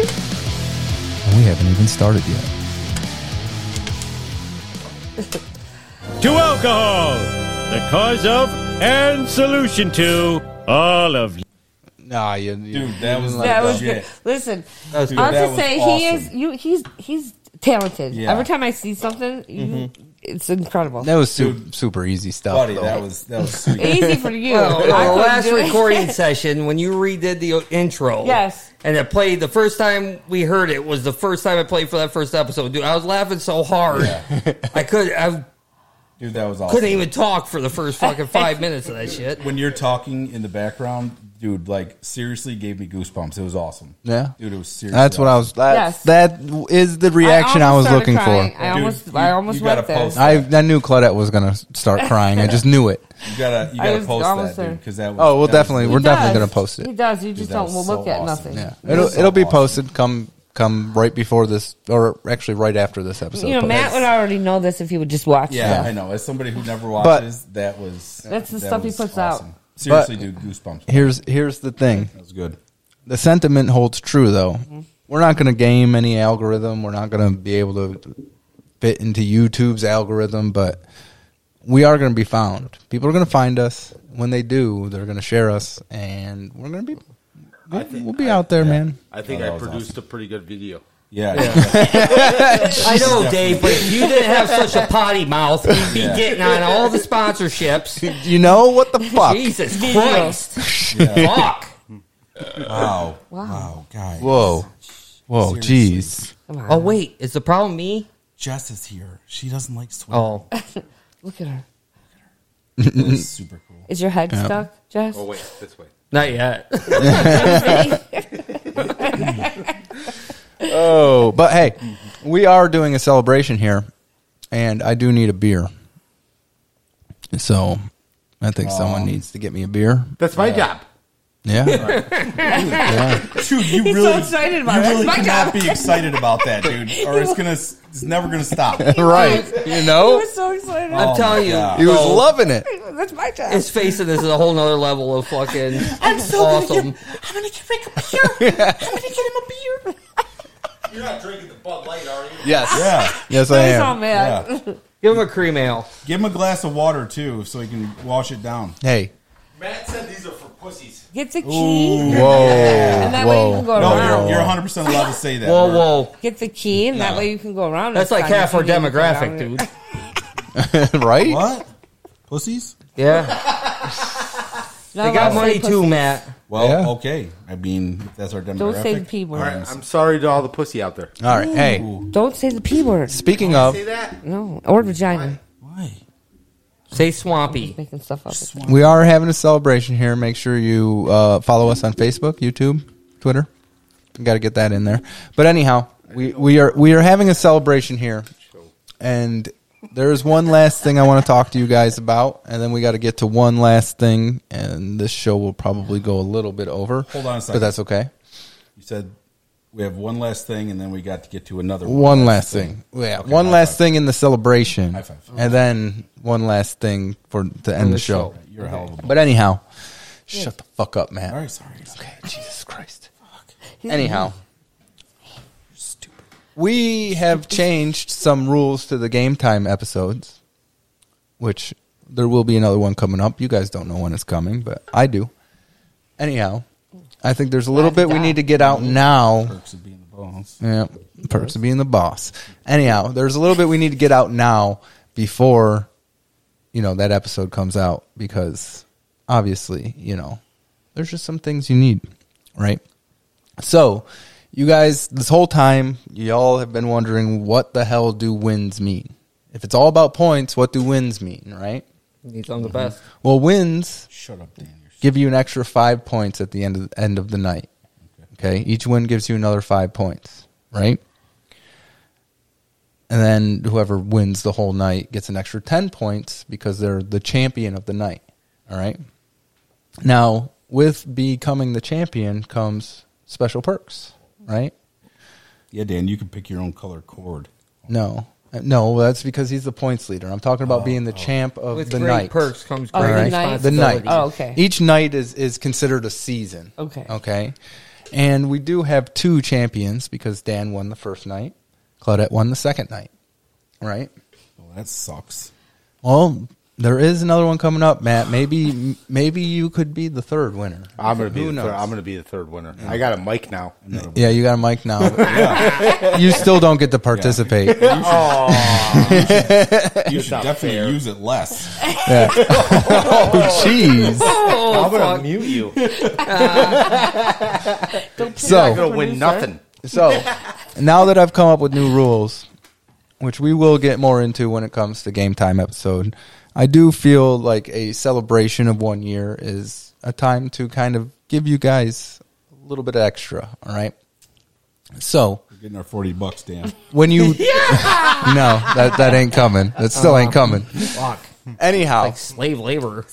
Speaker 7: And we haven't even started yet.
Speaker 9: to alcohol, the cause of and solution to all of.
Speaker 7: Nah, you, dude,
Speaker 2: that was
Speaker 1: that was good. Listen,
Speaker 9: That was
Speaker 1: I'll
Speaker 9: good.
Speaker 1: just
Speaker 9: That
Speaker 1: say
Speaker 9: was
Speaker 1: he is you. He's he's talented.
Speaker 7: Yeah.
Speaker 1: Every time I see something, you,
Speaker 7: Mhm.
Speaker 1: it's incredible.
Speaker 7: That was super, super easy stuff.
Speaker 2: Buddy,
Speaker 7: though.
Speaker 2: that was that was sweet.
Speaker 1: Easy for you.
Speaker 11: Well,
Speaker 1: Oh, I
Speaker 11: the
Speaker 1: couldn't
Speaker 11: last
Speaker 1: do it.
Speaker 11: recording session, when you redid the intro,
Speaker 1: Yes.
Speaker 11: and it played the first time we heard it was the first time I played for that first episode, dude. I was laughing so hard, I could I
Speaker 2: Dude, that was awesome.
Speaker 11: couldn't even talk for the first fucking five minutes of that shit.
Speaker 2: When you're talking in the background, dude, like seriously gave me goosebumps. It was awesome.
Speaker 7: Yeah.
Speaker 2: Dude, it was seriously.
Speaker 7: That's what I was.
Speaker 1: Yes.
Speaker 7: That's, That is the reaction I,
Speaker 1: almost
Speaker 7: was
Speaker 1: started
Speaker 7: looking
Speaker 1: crying.
Speaker 7: for.
Speaker 1: I almost, I almost
Speaker 2: you
Speaker 1: went
Speaker 2: gotta
Speaker 1: there.
Speaker 2: post
Speaker 7: I, I knew Claudette was going to start crying. I just knew it.
Speaker 2: You gotta you
Speaker 1: I
Speaker 2: gotta
Speaker 1: was
Speaker 2: post
Speaker 1: almost
Speaker 2: that,
Speaker 1: there.
Speaker 2: dude, because that was.
Speaker 7: Oh, well,
Speaker 2: that was-
Speaker 7: definitely. We're
Speaker 1: He
Speaker 7: definitely
Speaker 1: does.
Speaker 7: going to post it.
Speaker 1: He does. You
Speaker 2: Dude,
Speaker 1: just
Speaker 2: that
Speaker 1: don't
Speaker 2: was
Speaker 1: we'll
Speaker 2: so
Speaker 1: look at
Speaker 2: awesome.
Speaker 1: nothing.
Speaker 2: Yeah.
Speaker 7: It'll,
Speaker 2: That's
Speaker 7: it'll be
Speaker 2: awesome.
Speaker 7: posted come come right before this, or actually right after this episode.
Speaker 1: You know,
Speaker 7: But-
Speaker 1: Matt would already know this if he would just watch.
Speaker 2: Yeah,
Speaker 1: it.
Speaker 2: I know. As somebody who never
Speaker 7: But-
Speaker 2: watches, that was
Speaker 1: That's the
Speaker 2: that
Speaker 1: stuff he
Speaker 2: was
Speaker 1: puts out.
Speaker 2: Seriously,
Speaker 7: But
Speaker 2: dude, goosebumps.
Speaker 7: Here's here's the thing.
Speaker 2: That was good.
Speaker 7: The sentiment holds true though. We're not going to game any algorithm. We're not going to be able to fit into YouTube's algorithm, but we are going to be found. People are going to find us. When they do, they're going to share us, and we're going to be we'll, we'll be out there, man.
Speaker 12: I think
Speaker 2: Oh, that
Speaker 12: I
Speaker 2: was
Speaker 12: produced a pretty good video.
Speaker 2: Yeah.
Speaker 11: I know, Dave, but if you didn't have such a potty mouth, you'd be
Speaker 2: Yeah.
Speaker 11: getting on all the sponsorships.
Speaker 7: You know what the fuck?
Speaker 11: Jesus Christ.
Speaker 7: Yeah.
Speaker 11: Fuck.
Speaker 2: Wow.
Speaker 1: Wow.
Speaker 2: guys.
Speaker 7: Whoa. Whoa,
Speaker 2: Seriously.
Speaker 7: jeez.
Speaker 11: Oh, wait. Is the problem me?
Speaker 2: Jess is here. She doesn't like sweat.
Speaker 11: Oh.
Speaker 1: Look at her.
Speaker 2: super cool.
Speaker 1: Is your head
Speaker 7: Yeah.
Speaker 1: stuck, Jess?
Speaker 12: Oh wait, this way.
Speaker 11: Not yet.
Speaker 7: Oh, but hey, we are doing a celebration here, and I do need a beer. So, I think someone needs to get me a beer.
Speaker 12: That's my job.
Speaker 7: Yeah.
Speaker 2: Dude, you
Speaker 1: He's
Speaker 2: really
Speaker 1: so excited about
Speaker 2: you
Speaker 1: it. That's
Speaker 2: really
Speaker 1: my
Speaker 2: cannot
Speaker 1: job.
Speaker 2: be excited about that, dude, or it's gonna it's never gonna stop. Oh,
Speaker 7: right. You
Speaker 1: He
Speaker 7: know?
Speaker 1: was so excited.
Speaker 11: I'm telling you.
Speaker 2: God.
Speaker 7: He was
Speaker 11: though,
Speaker 7: loving it.
Speaker 1: That's my job.
Speaker 11: His face in this is a whole nother level of fucking I'm
Speaker 15: so gonna get-
Speaker 11: awesome.
Speaker 15: I'm gonna get Rick a beer. I'm gonna get him a beer.
Speaker 12: You're not drinking the Bud Light, are you?
Speaker 7: Yes.
Speaker 2: Yeah.
Speaker 7: Yes, I
Speaker 1: He's all
Speaker 7: am.
Speaker 1: mad.
Speaker 11: Give him a cream ale.
Speaker 2: Give him a glass of water too, so he can wash it down.
Speaker 7: Hey.
Speaker 12: Matt said these are for pussies.
Speaker 1: Gets a key.
Speaker 7: Whoa.
Speaker 1: And that way you
Speaker 7: Whoa.
Speaker 1: can go
Speaker 2: No,
Speaker 1: around.
Speaker 2: you're, you're 100 percent allowed to say that.
Speaker 11: Whoa, whoa.
Speaker 1: Get the key, and that way you can go around.
Speaker 11: That's
Speaker 1: and
Speaker 11: like
Speaker 1: find
Speaker 11: half
Speaker 1: it
Speaker 11: our
Speaker 1: if you need to go
Speaker 11: demographic,
Speaker 1: around it.
Speaker 11: dude.
Speaker 7: right?
Speaker 2: What? Pussies?
Speaker 11: Yeah.
Speaker 1: No,
Speaker 11: They got
Speaker 1: don't say
Speaker 11: money too,
Speaker 1: pussy.
Speaker 11: Matt.
Speaker 2: Well,
Speaker 7: Yeah.
Speaker 2: okay. I mean, if that's our demographic.
Speaker 1: Don't say the p word.
Speaker 12: All right, I'm sorry to all the pussy out there.
Speaker 7: All right. Hey.
Speaker 1: Don't say the p word.
Speaker 7: Speaking of,
Speaker 12: Say that.
Speaker 1: No, or vagina.
Speaker 2: Why?
Speaker 11: Say swampy.
Speaker 1: Making stuff up. It's
Speaker 7: we are having a celebration here. Make sure you uh, follow us on Facebook, YouTube, Twitter. Got to get that in there. But anyhow, we, we are we are having a celebration here, and there's one last thing I want to talk to you guys about, and then we got to get to one last thing, and this show will probably go a little bit over.
Speaker 2: Hold on a second.
Speaker 7: but that's okay.
Speaker 2: You said we have one last thing, and then we got to get to another
Speaker 7: One last thing. Yeah,
Speaker 2: Okay,
Speaker 7: one
Speaker 2: high
Speaker 7: last
Speaker 2: five.
Speaker 7: thing in the celebration.
Speaker 2: High five.
Speaker 7: And then one last thing for to end the
Speaker 2: the
Speaker 7: show.
Speaker 2: show. You're a hell of a
Speaker 7: But anyhow,
Speaker 2: Yeah.
Speaker 7: shut the fuck up, man.
Speaker 2: All right, sorry. Okay,
Speaker 7: Jesus Christ.
Speaker 2: He's
Speaker 7: Anyhow, we have changed some rules to the game time episodes, which there will be another one coming up. You guys don't know when it's coming, but I do. Anyhow, I think there's a little bit we need to get out now.
Speaker 2: Perks of being the boss.
Speaker 7: Yeah, perks of being the boss. Anyhow, there's a little bit we need to get out now before you know that episode comes out because obviously you know there's just some things you need, right? So, you guys, this whole time y'all have been wondering what the hell do wins mean? If it's all about points, what do wins mean, right?
Speaker 11: He's on the best.
Speaker 7: Well, wins
Speaker 2: Shut up, Dan.
Speaker 7: give you an extra five points at the end of end of the night. Okay, each win gives you another five points, right? And then whoever wins the whole night gets an extra ten points because they're the champion of the night. All right. Now, with becoming the champion comes special perks, right?
Speaker 2: Yeah, Dan, you can pick your own color cord.
Speaker 7: No. Uh, No, well, that's because he's the points leader. I'm talking about being the champ of
Speaker 11: With
Speaker 7: the
Speaker 11: great
Speaker 7: night.
Speaker 11: perks comes
Speaker 1: Oh,
Speaker 7: All
Speaker 11: great
Speaker 7: right? The
Speaker 11: responsibility.
Speaker 7: night.
Speaker 11: Oh, okay.
Speaker 7: Each night is is considered a season.
Speaker 11: Okay.
Speaker 7: Okay. And we do have two champions because Dan won the first night, Claudette won the second night. Right?
Speaker 2: Well, Oh, that sucks.
Speaker 7: Well, there is another one coming up, Matt. Maybe maybe you could be the third winner.
Speaker 12: I'm gonna be
Speaker 7: Who
Speaker 12: the
Speaker 7: knows?
Speaker 12: third, I'm gonna be the third winner. I got a mic now.
Speaker 7: Yeah, you got a mic now. you still don't get to participate.
Speaker 2: Aw. You
Speaker 12: It's
Speaker 2: should
Speaker 12: not
Speaker 2: definitely
Speaker 12: fair.
Speaker 2: use it less.
Speaker 7: Yeah. Oh, jeez.
Speaker 12: Oh, I'm gonna
Speaker 7: fuck.
Speaker 12: mute you.
Speaker 7: So-
Speaker 12: You're not gonna win nothing.
Speaker 7: So now that I've come up with new rules, which we will get more into when it comes to game time episode, I do feel like a celebration of one year is a time to kind of give you guys a little bit extra. All right. So
Speaker 2: We're getting our 40 bucks, Dan.
Speaker 7: when you no that that ain't coming that still ain't coming
Speaker 11: Fuck.
Speaker 7: Anyhow.
Speaker 11: Like slave labor.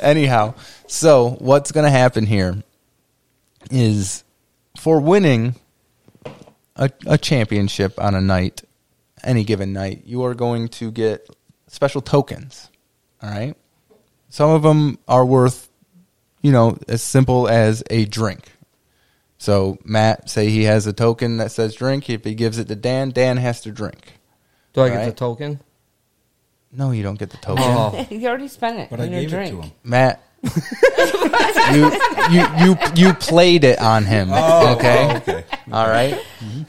Speaker 7: Anyhow, so what's going to happen here is for winning a, a championship on a night, any given night, you are going to get special tokens. All right. Some of them are worth, you know, as simple as a drink. So Matt, say he has a token that says drink. If he gives it to Dan, Dan has to drink.
Speaker 11: Do I get
Speaker 7: Right?
Speaker 11: the token?
Speaker 7: No, you don't get the token.
Speaker 1: Oh. you already spent it.
Speaker 2: But
Speaker 1: on
Speaker 2: I
Speaker 1: your
Speaker 2: gave it
Speaker 1: drink.
Speaker 2: to him.
Speaker 7: Matt. you, you you you played it on him.
Speaker 2: Oh,
Speaker 7: okay. Mm-hmm.
Speaker 2: okay.
Speaker 7: All right?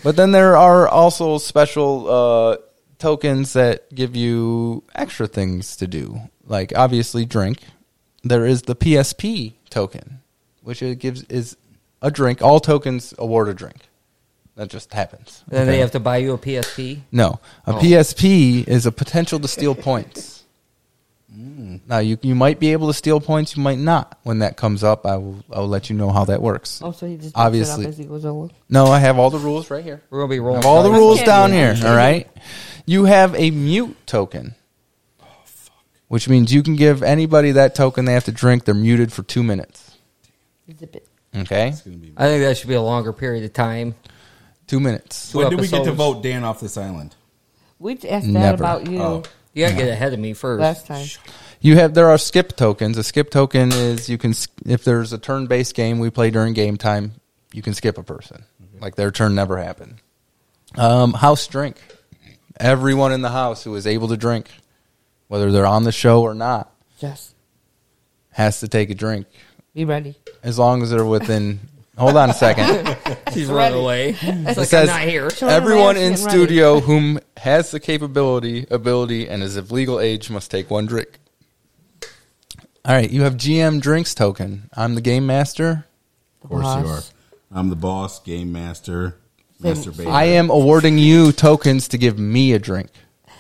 Speaker 7: But then there are also special uh, tokens that give you extra things to do. Like obviously drink. There is the PSP token, which it gives is a drink. All tokens award a drink. That just happens.
Speaker 11: Then
Speaker 7: Okay?
Speaker 11: they have to buy you a PSP.
Speaker 7: No, a
Speaker 11: Oh.
Speaker 7: PSP is a potential to steal points. Now you you might be able to steal points, you might not. When that comes up, I will I will let you know how that works.
Speaker 1: Oh, so he just picks it up
Speaker 7: obviously
Speaker 1: as he goes along?
Speaker 7: No, I have all the rules right here.
Speaker 11: We're gonna be
Speaker 7: I
Speaker 11: rolling
Speaker 7: have all the
Speaker 11: dice.
Speaker 7: rules down here. All right, you have a mute token, which means you can give anybody that token. They have to drink. They're muted for two minutes.
Speaker 1: Zip it.
Speaker 7: Okay,
Speaker 11: I think that should be a longer period of time.
Speaker 7: two minutes.
Speaker 11: Two
Speaker 2: When did we get to
Speaker 11: episodes.
Speaker 2: vote Dan off this island?
Speaker 1: We asked that
Speaker 7: Never.
Speaker 1: about you
Speaker 2: Oh.
Speaker 11: You gotta get ahead of me first.
Speaker 1: last time.
Speaker 7: You have there are skip tokens. A skip token is you can sk- if there's a turn-based game we play during game time, you can skip a person. Like their turn never happened. Um, house drink. Everyone in the house who is able to drink, whether they're on the show or not,
Speaker 1: Yes.
Speaker 7: has to take a drink
Speaker 1: Be ready.
Speaker 7: as long as they're within. hold on a second.
Speaker 11: She's
Speaker 1: Ready.
Speaker 11: running away.
Speaker 1: It's
Speaker 11: It's
Speaker 7: It
Speaker 11: like
Speaker 7: says
Speaker 11: I'm not here.
Speaker 1: She's running away,
Speaker 7: everyone
Speaker 1: she's
Speaker 7: in
Speaker 1: getting
Speaker 7: studio whom has the capability, ability, and is of legal age must take one drink. All right, you have GM drinks token. I'm the game master.
Speaker 2: Of course you are.
Speaker 1: Boss.
Speaker 2: I'm the boss, game master,
Speaker 1: Same-
Speaker 2: master baby.
Speaker 7: I am awarding you tokens to give me a drink,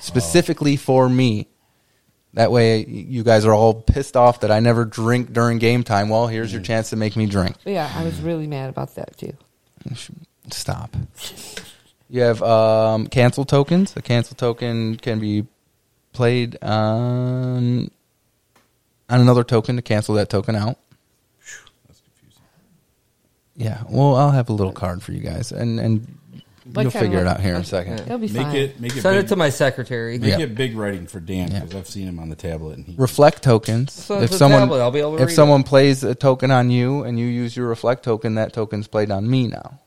Speaker 7: specifically for me. That way, you guys are all pissed off that I never drink during game time. Well, here's your chance to make me drink.
Speaker 1: Yeah, I was really mad about that too.
Speaker 7: Stop. You have um, cancel tokens. A cancel token can be played on on another token to cancel that token out. Yeah. Well, I'll have a little card for you guys, and and
Speaker 11: What
Speaker 7: you'll
Speaker 11: kind of
Speaker 7: figure it
Speaker 11: look-
Speaker 7: out here in a
Speaker 11: okay,
Speaker 1: uh,
Speaker 7: second.
Speaker 11: that'll be
Speaker 2: Make
Speaker 11: fine.
Speaker 2: it, make it.
Speaker 11: Send
Speaker 2: big-
Speaker 11: it to my secretary.
Speaker 2: Make
Speaker 7: Yeah.
Speaker 2: it big writing for Dan because I've seen him on the tablet and he
Speaker 7: reflect tokens.
Speaker 2: So
Speaker 7: if
Speaker 2: the
Speaker 7: someone
Speaker 2: tablet, I'll be able to
Speaker 7: if
Speaker 2: read
Speaker 7: someone plays a token on you and you use your reflect token, that token's played on me now.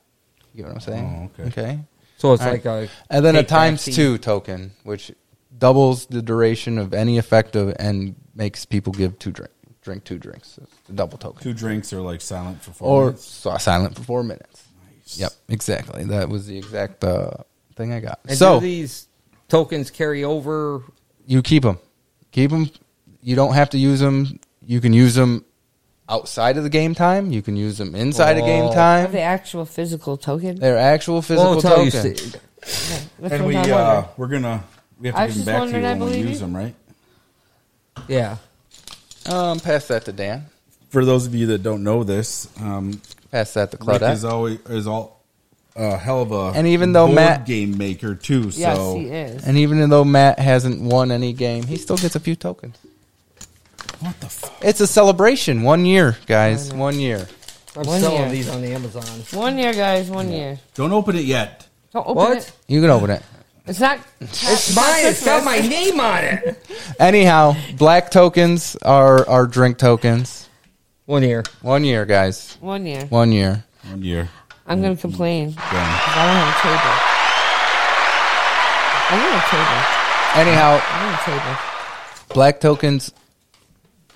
Speaker 7: You get what I'm saying?
Speaker 11: Oh, okay.
Speaker 7: Okay.
Speaker 11: So it's
Speaker 7: All
Speaker 11: like a
Speaker 7: and then a
Speaker 11: take back
Speaker 7: times
Speaker 11: fee.
Speaker 7: two token, which doubles the duration of any effect of and makes people give two drink drink two drinks. It's a double token.
Speaker 2: Two drinks are like silent for four
Speaker 7: Or
Speaker 2: minutes.
Speaker 7: si- silent for four minutes. Yep, exactly. That was the exact uh, thing I got.
Speaker 11: And
Speaker 7: so
Speaker 11: do these tokens carry over?
Speaker 7: you keep them. Keep them. You don't have to use them. You can use them outside of the game time. You can use them
Speaker 2: Oh.
Speaker 7: inside of game
Speaker 1: Are
Speaker 7: time.
Speaker 1: they actual physical token?
Speaker 7: They're actual physical tokens.
Speaker 1: That's
Speaker 2: and
Speaker 1: what
Speaker 2: we
Speaker 1: I'm
Speaker 2: uh,
Speaker 1: wondering.
Speaker 2: we're gonna we
Speaker 1: I
Speaker 2: have
Speaker 1: was
Speaker 2: to give them
Speaker 1: just
Speaker 2: back to
Speaker 1: wondering,
Speaker 2: you
Speaker 1: I
Speaker 2: when we
Speaker 1: believe
Speaker 2: use
Speaker 1: you.
Speaker 2: them, right?
Speaker 11: Yeah.
Speaker 7: Um, pass that to Dan.
Speaker 2: For those of you that don't know this, um,
Speaker 7: pass that to
Speaker 2: Rick
Speaker 7: Claudette.
Speaker 2: is always is all a hell of a
Speaker 7: And even though
Speaker 2: board
Speaker 7: Matt-
Speaker 2: game maker too.
Speaker 1: Yes,
Speaker 2: so
Speaker 1: he is.
Speaker 7: And even though Matt hasn't won any game, he still gets a few tokens.
Speaker 2: What the fuck?
Speaker 7: It's a celebration. One year, guys. One year.
Speaker 11: I'm
Speaker 1: One
Speaker 11: selling
Speaker 1: year.
Speaker 11: these on the Amazon.
Speaker 1: One year, guys. One year.
Speaker 2: Don't open it yet.
Speaker 1: Don't open
Speaker 11: What?
Speaker 1: it.
Speaker 7: You can open it.
Speaker 1: It's not.
Speaker 11: It's mine. It's got my name on it.
Speaker 7: Anyhow, black tokens are are drink tokens.
Speaker 11: One year.
Speaker 7: One year, guys.
Speaker 1: One year.
Speaker 7: One year.
Speaker 2: One year.
Speaker 1: I'm gonna complain. 'Cause I don't have a table. I need a table.
Speaker 7: Anyhow-
Speaker 1: I need a table.
Speaker 7: Black tokens.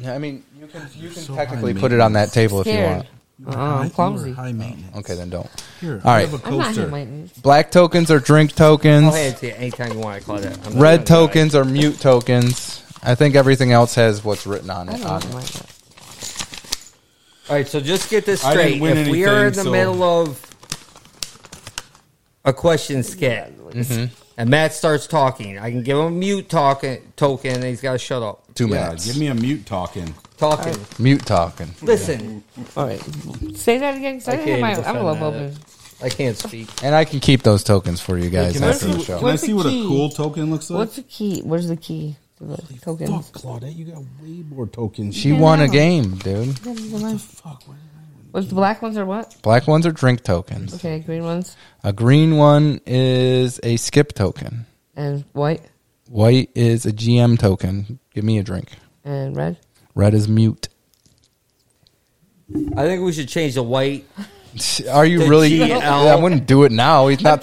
Speaker 7: I mean, you can you can technically put it on that table if you
Speaker 1: Scared.
Speaker 7: want.
Speaker 1: Uh-uh, I'm clumsy.
Speaker 2: High maintenance.
Speaker 7: Okay, then don't.
Speaker 2: Here,
Speaker 7: All
Speaker 2: I
Speaker 7: right.
Speaker 2: have a
Speaker 1: I'm not
Speaker 2: coaster.
Speaker 1: high maintenance.
Speaker 7: Black tokens are
Speaker 2: Oh,
Speaker 7: drink
Speaker 11: I'll
Speaker 7: tokens.
Speaker 11: hand it to you anytime you want, Claudette. I'm not
Speaker 7: Red
Speaker 11: gonna lie.
Speaker 7: tokens are mute tokens. I think everything else has what's written on it. on it.
Speaker 11: All right, so just get this
Speaker 7: I didn't
Speaker 11: straight. If
Speaker 7: win
Speaker 11: we are
Speaker 7: anything,
Speaker 11: in the
Speaker 7: so-
Speaker 11: middle of a question skit,
Speaker 7: Mhm.
Speaker 11: and Matt starts talking, I can give him a mute talking token, and he's got to shut up.
Speaker 7: Two
Speaker 2: Yeah,
Speaker 7: minutes.
Speaker 2: give me a mute talking.
Speaker 11: Talking.
Speaker 7: Mute talking.
Speaker 11: Listen.
Speaker 1: All right. Say that again. 'cause I, didn't have my
Speaker 11: even
Speaker 1: envelope
Speaker 11: defend
Speaker 1: open.
Speaker 11: that. I can't speak.
Speaker 7: And I can keep those tokens for you guys
Speaker 2: can I
Speaker 7: after
Speaker 2: see-
Speaker 7: the show.
Speaker 2: can I What's see the what a key? cool
Speaker 1: token
Speaker 2: looks like?
Speaker 1: What's the key? Where's the key to the tokens?
Speaker 2: Fuck, Claudette, you got way more tokens.
Speaker 7: She won a game, dude.
Speaker 1: What the fuck? What the black ones are what?
Speaker 7: Black ones are drink tokens.
Speaker 1: Okay, green ones
Speaker 7: A green one is a skip token.
Speaker 1: and white
Speaker 7: White is a GM token. Give me a drink.
Speaker 1: and red.
Speaker 7: Red is mute.
Speaker 11: I think we should change the white.
Speaker 7: Are you
Speaker 11: The
Speaker 7: really?
Speaker 11: GL.
Speaker 7: I wouldn't do it now. He's not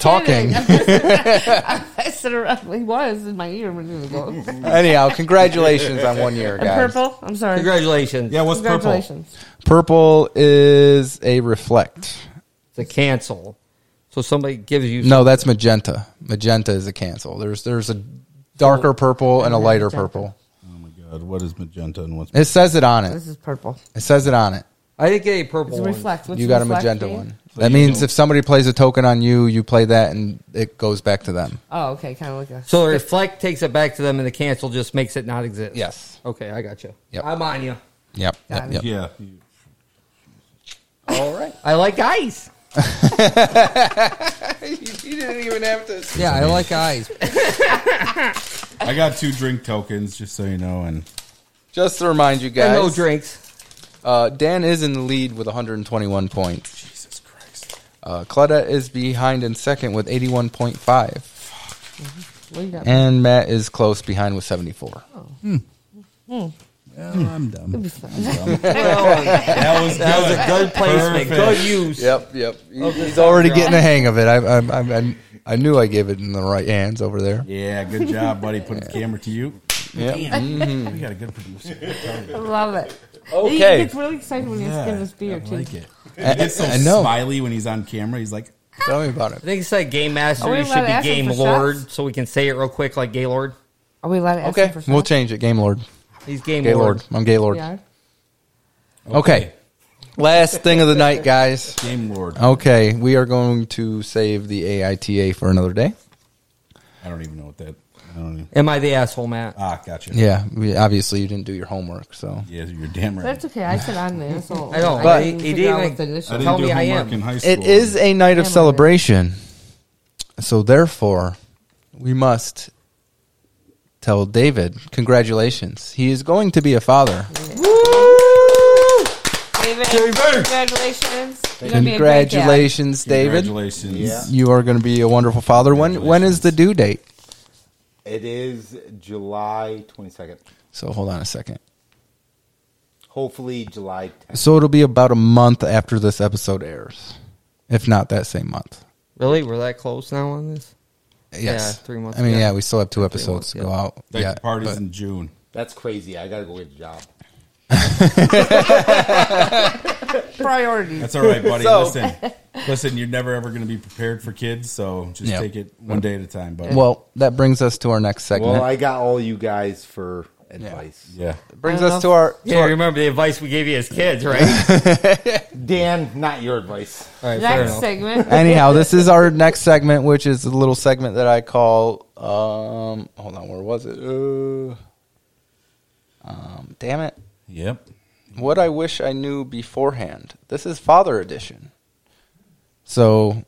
Speaker 7: talking.
Speaker 1: I said around- he was in my ear a minute ago.
Speaker 7: Anyhow, congratulations on one year,
Speaker 1: And
Speaker 7: guys.
Speaker 1: purple. I'm sorry.
Speaker 11: Congratulations. Yeah,
Speaker 2: what's purple?
Speaker 1: Congratulations.
Speaker 7: Purple is a reflect.
Speaker 11: It's a cancel. So somebody gives you.
Speaker 7: No, that's magenta. Magenta is a cancel. There's there's a
Speaker 11: Oh.
Speaker 7: darker purple and a lighter purple.
Speaker 2: Oh my god, what is magenta and what's
Speaker 7: It says it on it.
Speaker 1: This is purple.
Speaker 7: It says it on it.
Speaker 11: I didn't get a purple
Speaker 1: It's
Speaker 11: one.
Speaker 1: reflect. What's
Speaker 7: you got a
Speaker 1: reflect
Speaker 7: magenta
Speaker 1: mean?
Speaker 7: one.
Speaker 2: So
Speaker 7: that
Speaker 2: you
Speaker 7: means
Speaker 2: don't-
Speaker 7: if somebody plays a token on you, you play that and it goes back to them.
Speaker 1: Oh, okay, kind of like a.
Speaker 11: So the reflect takes it back to them, and the cancel just makes it not exist.
Speaker 7: Yes.
Speaker 11: Okay, I got you.
Speaker 7: Yep.
Speaker 11: I'm on you.
Speaker 7: Yep.
Speaker 11: Got
Speaker 7: yep,
Speaker 11: it.
Speaker 7: yep.
Speaker 2: Yeah.
Speaker 11: All right. I like ice.
Speaker 7: you didn't even have to.
Speaker 11: Yeah, I like eyes.
Speaker 2: I got two drink tokens, just so you know, and
Speaker 7: Just to remind you guys,
Speaker 2: And no
Speaker 11: drinks.
Speaker 7: Uh, Dan is in the lead with 121 points. Jesus Christ. Uh, Claudette is behind in second with 81.5,
Speaker 1: What do you got?
Speaker 7: and Matt is close behind with 74.
Speaker 1: Hmm.
Speaker 2: I'm dumb.
Speaker 1: It'll be fun.
Speaker 2: that was
Speaker 11: That was a good placement. Good use.
Speaker 7: Yep, yep.
Speaker 11: Of the
Speaker 7: He's already
Speaker 11: sound
Speaker 7: getting the hang of it. I, I, I, I, I knew I gave it in the right hands over there.
Speaker 2: Yeah, good job, buddy. Putting the camera to you.
Speaker 7: Yeah.
Speaker 2: Damn,
Speaker 7: Mhm.
Speaker 2: we got a good producer.
Speaker 1: I love it.
Speaker 7: Okay.
Speaker 1: He gets really excited when he's
Speaker 2: Yeah,
Speaker 1: skin his beer too.
Speaker 2: like it. He
Speaker 7: I-
Speaker 2: gets so
Speaker 7: I know.
Speaker 2: smiley when he's on camera. He's like,
Speaker 7: Tell me about
Speaker 11: I
Speaker 7: it.
Speaker 11: think it's like game master.
Speaker 1: Are we
Speaker 11: You
Speaker 1: allowed
Speaker 11: should
Speaker 1: to
Speaker 11: be
Speaker 1: ask him
Speaker 11: game
Speaker 1: for
Speaker 11: lord, so we can say it real quick, like Gaylord.
Speaker 1: Are we allowed to ask
Speaker 7: Okay,
Speaker 1: him for
Speaker 7: we'll
Speaker 1: shots?
Speaker 7: change it. Game Lord.
Speaker 11: He's game
Speaker 7: Gaylord.
Speaker 11: lord.
Speaker 7: I'm Gaylord.
Speaker 1: We are.
Speaker 7: Okay. Last thing of the night, guys.
Speaker 2: Game Lord.
Speaker 7: Oh. Okay, we are going to save the AITA for another day.
Speaker 2: I don't even know what that. I don't even.
Speaker 11: Am I the asshole, Matt?
Speaker 2: Ah, gotcha.
Speaker 7: Yeah, we, obviously you didn't do your homework, so
Speaker 2: Yeah, you're damn right.
Speaker 1: That's okay. I said on there, so
Speaker 11: I don't.
Speaker 1: But
Speaker 11: But he, he didn't even tell me I am.
Speaker 7: it is a night of celebration. So therefore, we must tell David congratulations. He is going to be a father.
Speaker 1: David, David. Congratulations. You're gonna be a great dad.
Speaker 7: Congratulations, David.
Speaker 2: Congratulations. Yeah.
Speaker 7: You are going to be a wonderful father. When when is the due date?
Speaker 12: It is July 22nd.
Speaker 7: So hold on a second.
Speaker 12: Hopefully, July 10th.
Speaker 7: So it'll be about a month after this episode airs, if not that same month.
Speaker 11: Really? We're that close now on this?
Speaker 7: Yes.
Speaker 11: Yeah, three months.
Speaker 7: I mean,
Speaker 11: ago.
Speaker 7: yeah, we still have two
Speaker 11: Three months,
Speaker 7: episodes to
Speaker 11: yeah.
Speaker 7: go out.
Speaker 2: That
Speaker 7: yeah,
Speaker 2: party's
Speaker 7: but-
Speaker 2: in June.
Speaker 12: That's crazy. I gotta go get a job.
Speaker 1: Priorities.
Speaker 2: That's all right, buddy.
Speaker 1: So-
Speaker 2: listen, listen. You're never ever going to be prepared for kids, so just
Speaker 7: Yeah.
Speaker 2: take it one day at a time, buddy.
Speaker 7: Well, that brings us to our next segment.
Speaker 12: Well, I got all you guys for advice.
Speaker 2: Yeah.
Speaker 7: brings us to our.
Speaker 11: Yeah, remember the advice we gave you as kids, right?
Speaker 12: Dan, not your advice.
Speaker 11: All right, fair
Speaker 1: Next
Speaker 11: enough.
Speaker 1: segment.
Speaker 7: Anyhow, this is our next segment, which is a little segment that I call. Um, hold on, where was it? Uh, um, damn it!
Speaker 2: Yep.
Speaker 7: What I wish I knew beforehand. This is Father Edition. So,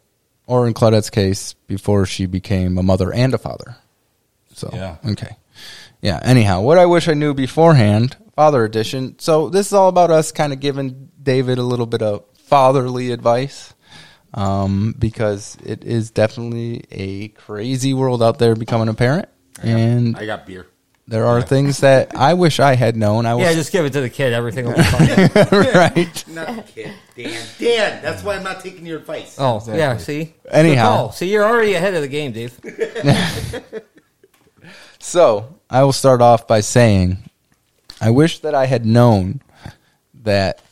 Speaker 7: or in Claudette's case, before she became a mother and a father. So
Speaker 2: Yeah.
Speaker 7: okay, yeah. Anyhow, what I wish I knew beforehand, Father Edition. So this is all about us kind of giving David a little bit of fatherly advice, um, because it is definitely a crazy world out there becoming a parent, and
Speaker 12: I got beer.
Speaker 7: there are things that I wish I had known. I was
Speaker 11: Yeah, just give it to the kid. Everything will be fine.
Speaker 7: right.
Speaker 12: Not kid, Dan. Dan, that's why I'm not taking your advice.
Speaker 11: Oh, yeah, see?
Speaker 7: Anyhow.
Speaker 11: Good call. see, you're already ahead of the game, Dave.
Speaker 7: So I will start off by saying, I wish that I had known that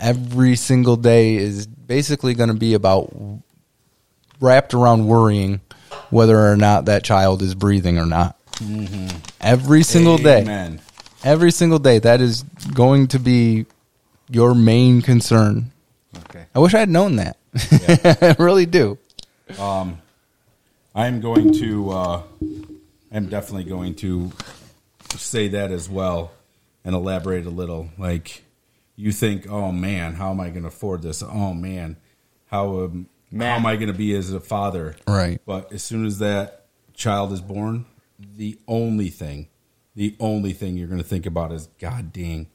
Speaker 7: every single day is basically going to be about wrapped around worrying whether or not that child is breathing or not. Mm-hmm. Every single
Speaker 2: Amen.
Speaker 7: day, every single day, that is going to be your main concern.
Speaker 12: Okay.
Speaker 7: I wish I had known that. I really do.
Speaker 2: Um, I am going to. Uh, I'm definitely going to say that as well and elaborate a little. Like you think, oh man, how am I going to afford this? Oh man, how am how am I going to be as a father?
Speaker 7: Right.
Speaker 2: But as soon as that child is born, the only thing, the only thing you're going to think about is, God dang,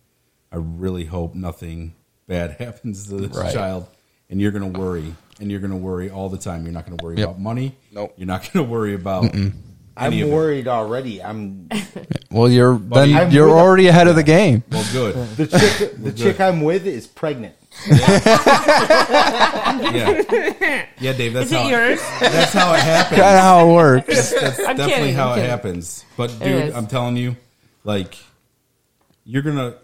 Speaker 2: I really hope nothing bad happens to this
Speaker 7: Right.
Speaker 2: child. And you're going to worry, and you're going to worry all the time. You're not going to worry
Speaker 7: Yep.
Speaker 2: about money.
Speaker 7: Nope.
Speaker 2: You're not going to worry about. any
Speaker 12: I'm
Speaker 2: of it.
Speaker 12: worried already. I'm
Speaker 7: Well, you're then
Speaker 12: I'm
Speaker 7: you're
Speaker 12: with-
Speaker 7: already ahead of the game.
Speaker 2: Well, good.
Speaker 12: the chick. The
Speaker 2: Well, good.
Speaker 12: chick I'm with is pregnant.
Speaker 2: Yeah, yeah, Dave. That's
Speaker 1: Is it
Speaker 2: how
Speaker 1: yours?
Speaker 2: That's how it happens.
Speaker 7: Kind of how it works.
Speaker 2: That's, that's
Speaker 1: I'm
Speaker 2: definitely
Speaker 1: kidding,
Speaker 2: how
Speaker 1: I'm
Speaker 2: it
Speaker 1: kidding.
Speaker 2: happens. But
Speaker 1: It
Speaker 2: dude,
Speaker 1: is.
Speaker 2: I'm telling you, like you're gonna,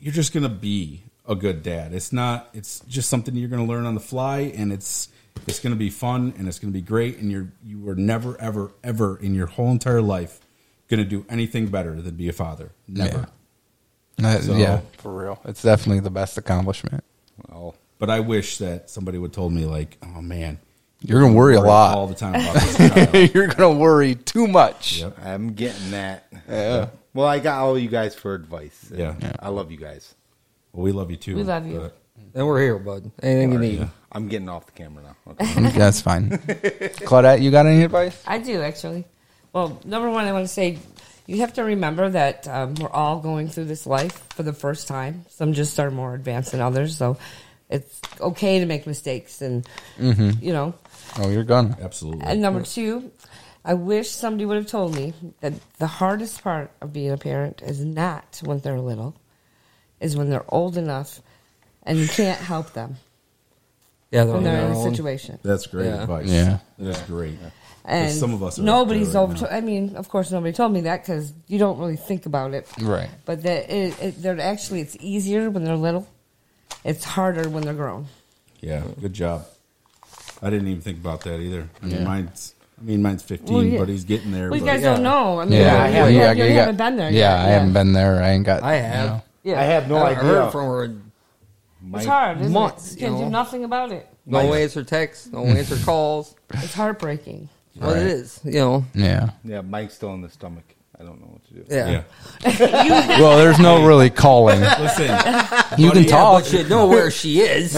Speaker 2: you're just gonna be a good dad. It's not. It's just something you're gonna learn on the fly, and it's it's gonna be fun, and it's gonna be great, and you're you are never ever ever in your whole entire life gonna do anything better than be a father. Never.
Speaker 7: Uh,
Speaker 2: So-
Speaker 7: yeah, for real. It's definitely the best accomplishment.
Speaker 2: Well, but I wish that somebody would told me like, oh man,
Speaker 7: You're gonna worry a lot.
Speaker 2: all the time about this child.
Speaker 7: You're gonna worry too much.
Speaker 2: Yep.
Speaker 12: I'm getting that.
Speaker 7: Yeah.
Speaker 12: Well, I got all you guys for advice.
Speaker 2: Yeah. Yeah.
Speaker 12: I love you guys.
Speaker 2: Well, we love you too.
Speaker 1: We love you.
Speaker 2: but-
Speaker 11: And we're here, bud. Anything you need.
Speaker 12: I'm getting off the camera now. Okay.
Speaker 7: That's fine. Claudette, you got any advice?
Speaker 1: I do actually. Well, number one, I want to say you have to remember that um, we're all going through this life for the first time. Some just are more advanced than others, so it's okay to make mistakes and
Speaker 11: Mm-hmm.
Speaker 1: you know.
Speaker 7: Oh, you're gonna.
Speaker 2: Absolutely.
Speaker 1: And number two, I wish somebody would have told me that the hardest part of being a parent is not when they're little, is when they're old enough and you can't help them
Speaker 11: Yeah, they're
Speaker 1: when
Speaker 11: on
Speaker 1: they're
Speaker 11: their
Speaker 1: in a
Speaker 11: own.
Speaker 1: situation.
Speaker 2: That's great
Speaker 11: Yeah.
Speaker 2: advice.
Speaker 7: Yeah.
Speaker 2: that's great. 'Cause
Speaker 1: and
Speaker 2: some of us are
Speaker 1: nobody's
Speaker 2: there
Speaker 1: over.
Speaker 2: right now.
Speaker 1: I mean, of course, nobody told me that because you don't really think about it,
Speaker 7: Right.
Speaker 1: But that it, it, they're actually it's easier when they're little. It's harder when they're grown.
Speaker 2: Yeah, good job. I didn't even think about that either. I mean,
Speaker 7: Yeah.
Speaker 2: mine's. I mean, mine's fifteen,
Speaker 1: Well, yeah.
Speaker 2: but he's getting there.
Speaker 1: Well, you
Speaker 2: but-
Speaker 1: guys don't know. I mean,
Speaker 7: Yeah,
Speaker 1: you,
Speaker 7: well,
Speaker 1: you-
Speaker 7: yeah,
Speaker 1: you
Speaker 7: you got-
Speaker 1: haven't been there.
Speaker 7: Yeah,
Speaker 1: yet.
Speaker 7: I haven't been there. I ain't got.
Speaker 11: I have.
Speaker 7: you know.
Speaker 1: Yeah.
Speaker 12: I have no
Speaker 11: I
Speaker 12: idea.
Speaker 11: heard from her.
Speaker 1: It's hard. Isn't
Speaker 11: months,
Speaker 1: it? You
Speaker 11: you
Speaker 1: can't
Speaker 11: know.
Speaker 1: do nothing about it.
Speaker 11: No answer texts, no answer calls.
Speaker 1: It's heartbreaking.
Speaker 11: What it
Speaker 7: Right.
Speaker 11: is, you know.
Speaker 7: Yeah.
Speaker 12: Yeah, Mike's still in the stomach. I don't know what to do.
Speaker 11: Yeah.
Speaker 2: Yeah.
Speaker 7: Well, there's no really calling.
Speaker 2: Listen,
Speaker 7: You can talk.
Speaker 11: But you Oh, know where she is.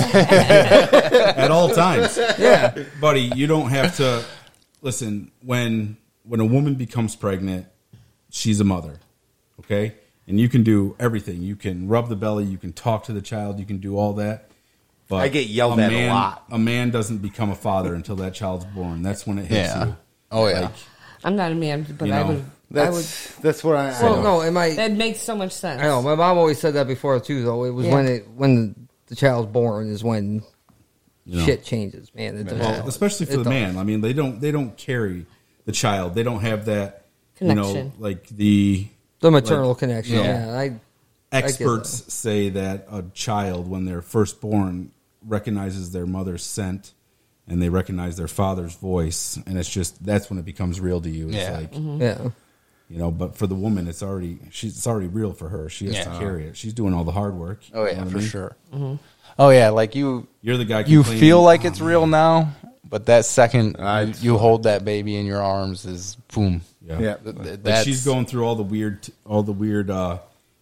Speaker 2: at all times.
Speaker 11: Yeah.
Speaker 2: buddy, you don't have to listen when when a woman becomes pregnant, she's a mother. Okay? and you can do everything. You can rub the belly, you can talk to the child, you can do all that. But
Speaker 16: I get yelled at a
Speaker 2: man,
Speaker 16: lot.
Speaker 2: A man doesn't become a father until that child's born. That's when it hits
Speaker 1: Yeah.
Speaker 2: you.
Speaker 1: Oh, yeah. I'm not a man, but
Speaker 2: You
Speaker 1: I
Speaker 2: know,
Speaker 1: would. I would.
Speaker 11: That's that's what I.
Speaker 1: So-
Speaker 11: well, no, am I?
Speaker 1: That makes so much sense.
Speaker 11: I know my mom always said that before too. Though it was when
Speaker 1: Yeah.
Speaker 11: it when the child's born is when
Speaker 2: You know.
Speaker 11: shit changes, man. It
Speaker 2: Well,
Speaker 11: does.
Speaker 2: especially for
Speaker 11: It
Speaker 2: the
Speaker 11: does.
Speaker 2: man. I mean, they don't they don't carry the child. They don't have that you know
Speaker 11: Connection.
Speaker 2: like the
Speaker 11: The maternal connection,
Speaker 2: you
Speaker 11: yeah, I- I get that.
Speaker 2: experts say that a child when they're first born recognizes their mother's scent and they recognize their father's voice and it's just that's when it becomes real to you. It's
Speaker 11: Yeah.
Speaker 2: like
Speaker 11: Mhm. Yeah.
Speaker 2: You know, but for the woman it's already she's it's already real for her. She has
Speaker 7: Yeah.
Speaker 2: to carry it. She's doing all the hard work.
Speaker 7: Oh,
Speaker 2: You
Speaker 7: yeah,
Speaker 2: know what I
Speaker 7: for
Speaker 2: mean?
Speaker 7: sure. Oh yeah, like you.
Speaker 2: You're the guy
Speaker 7: You
Speaker 2: complaining,
Speaker 7: feel like it's real now, but that second you hold that baby in your arms is boom.
Speaker 2: Yeah,
Speaker 7: Th- th-
Speaker 2: like
Speaker 7: that's-
Speaker 2: she's going through all the weird, all the weird, uh,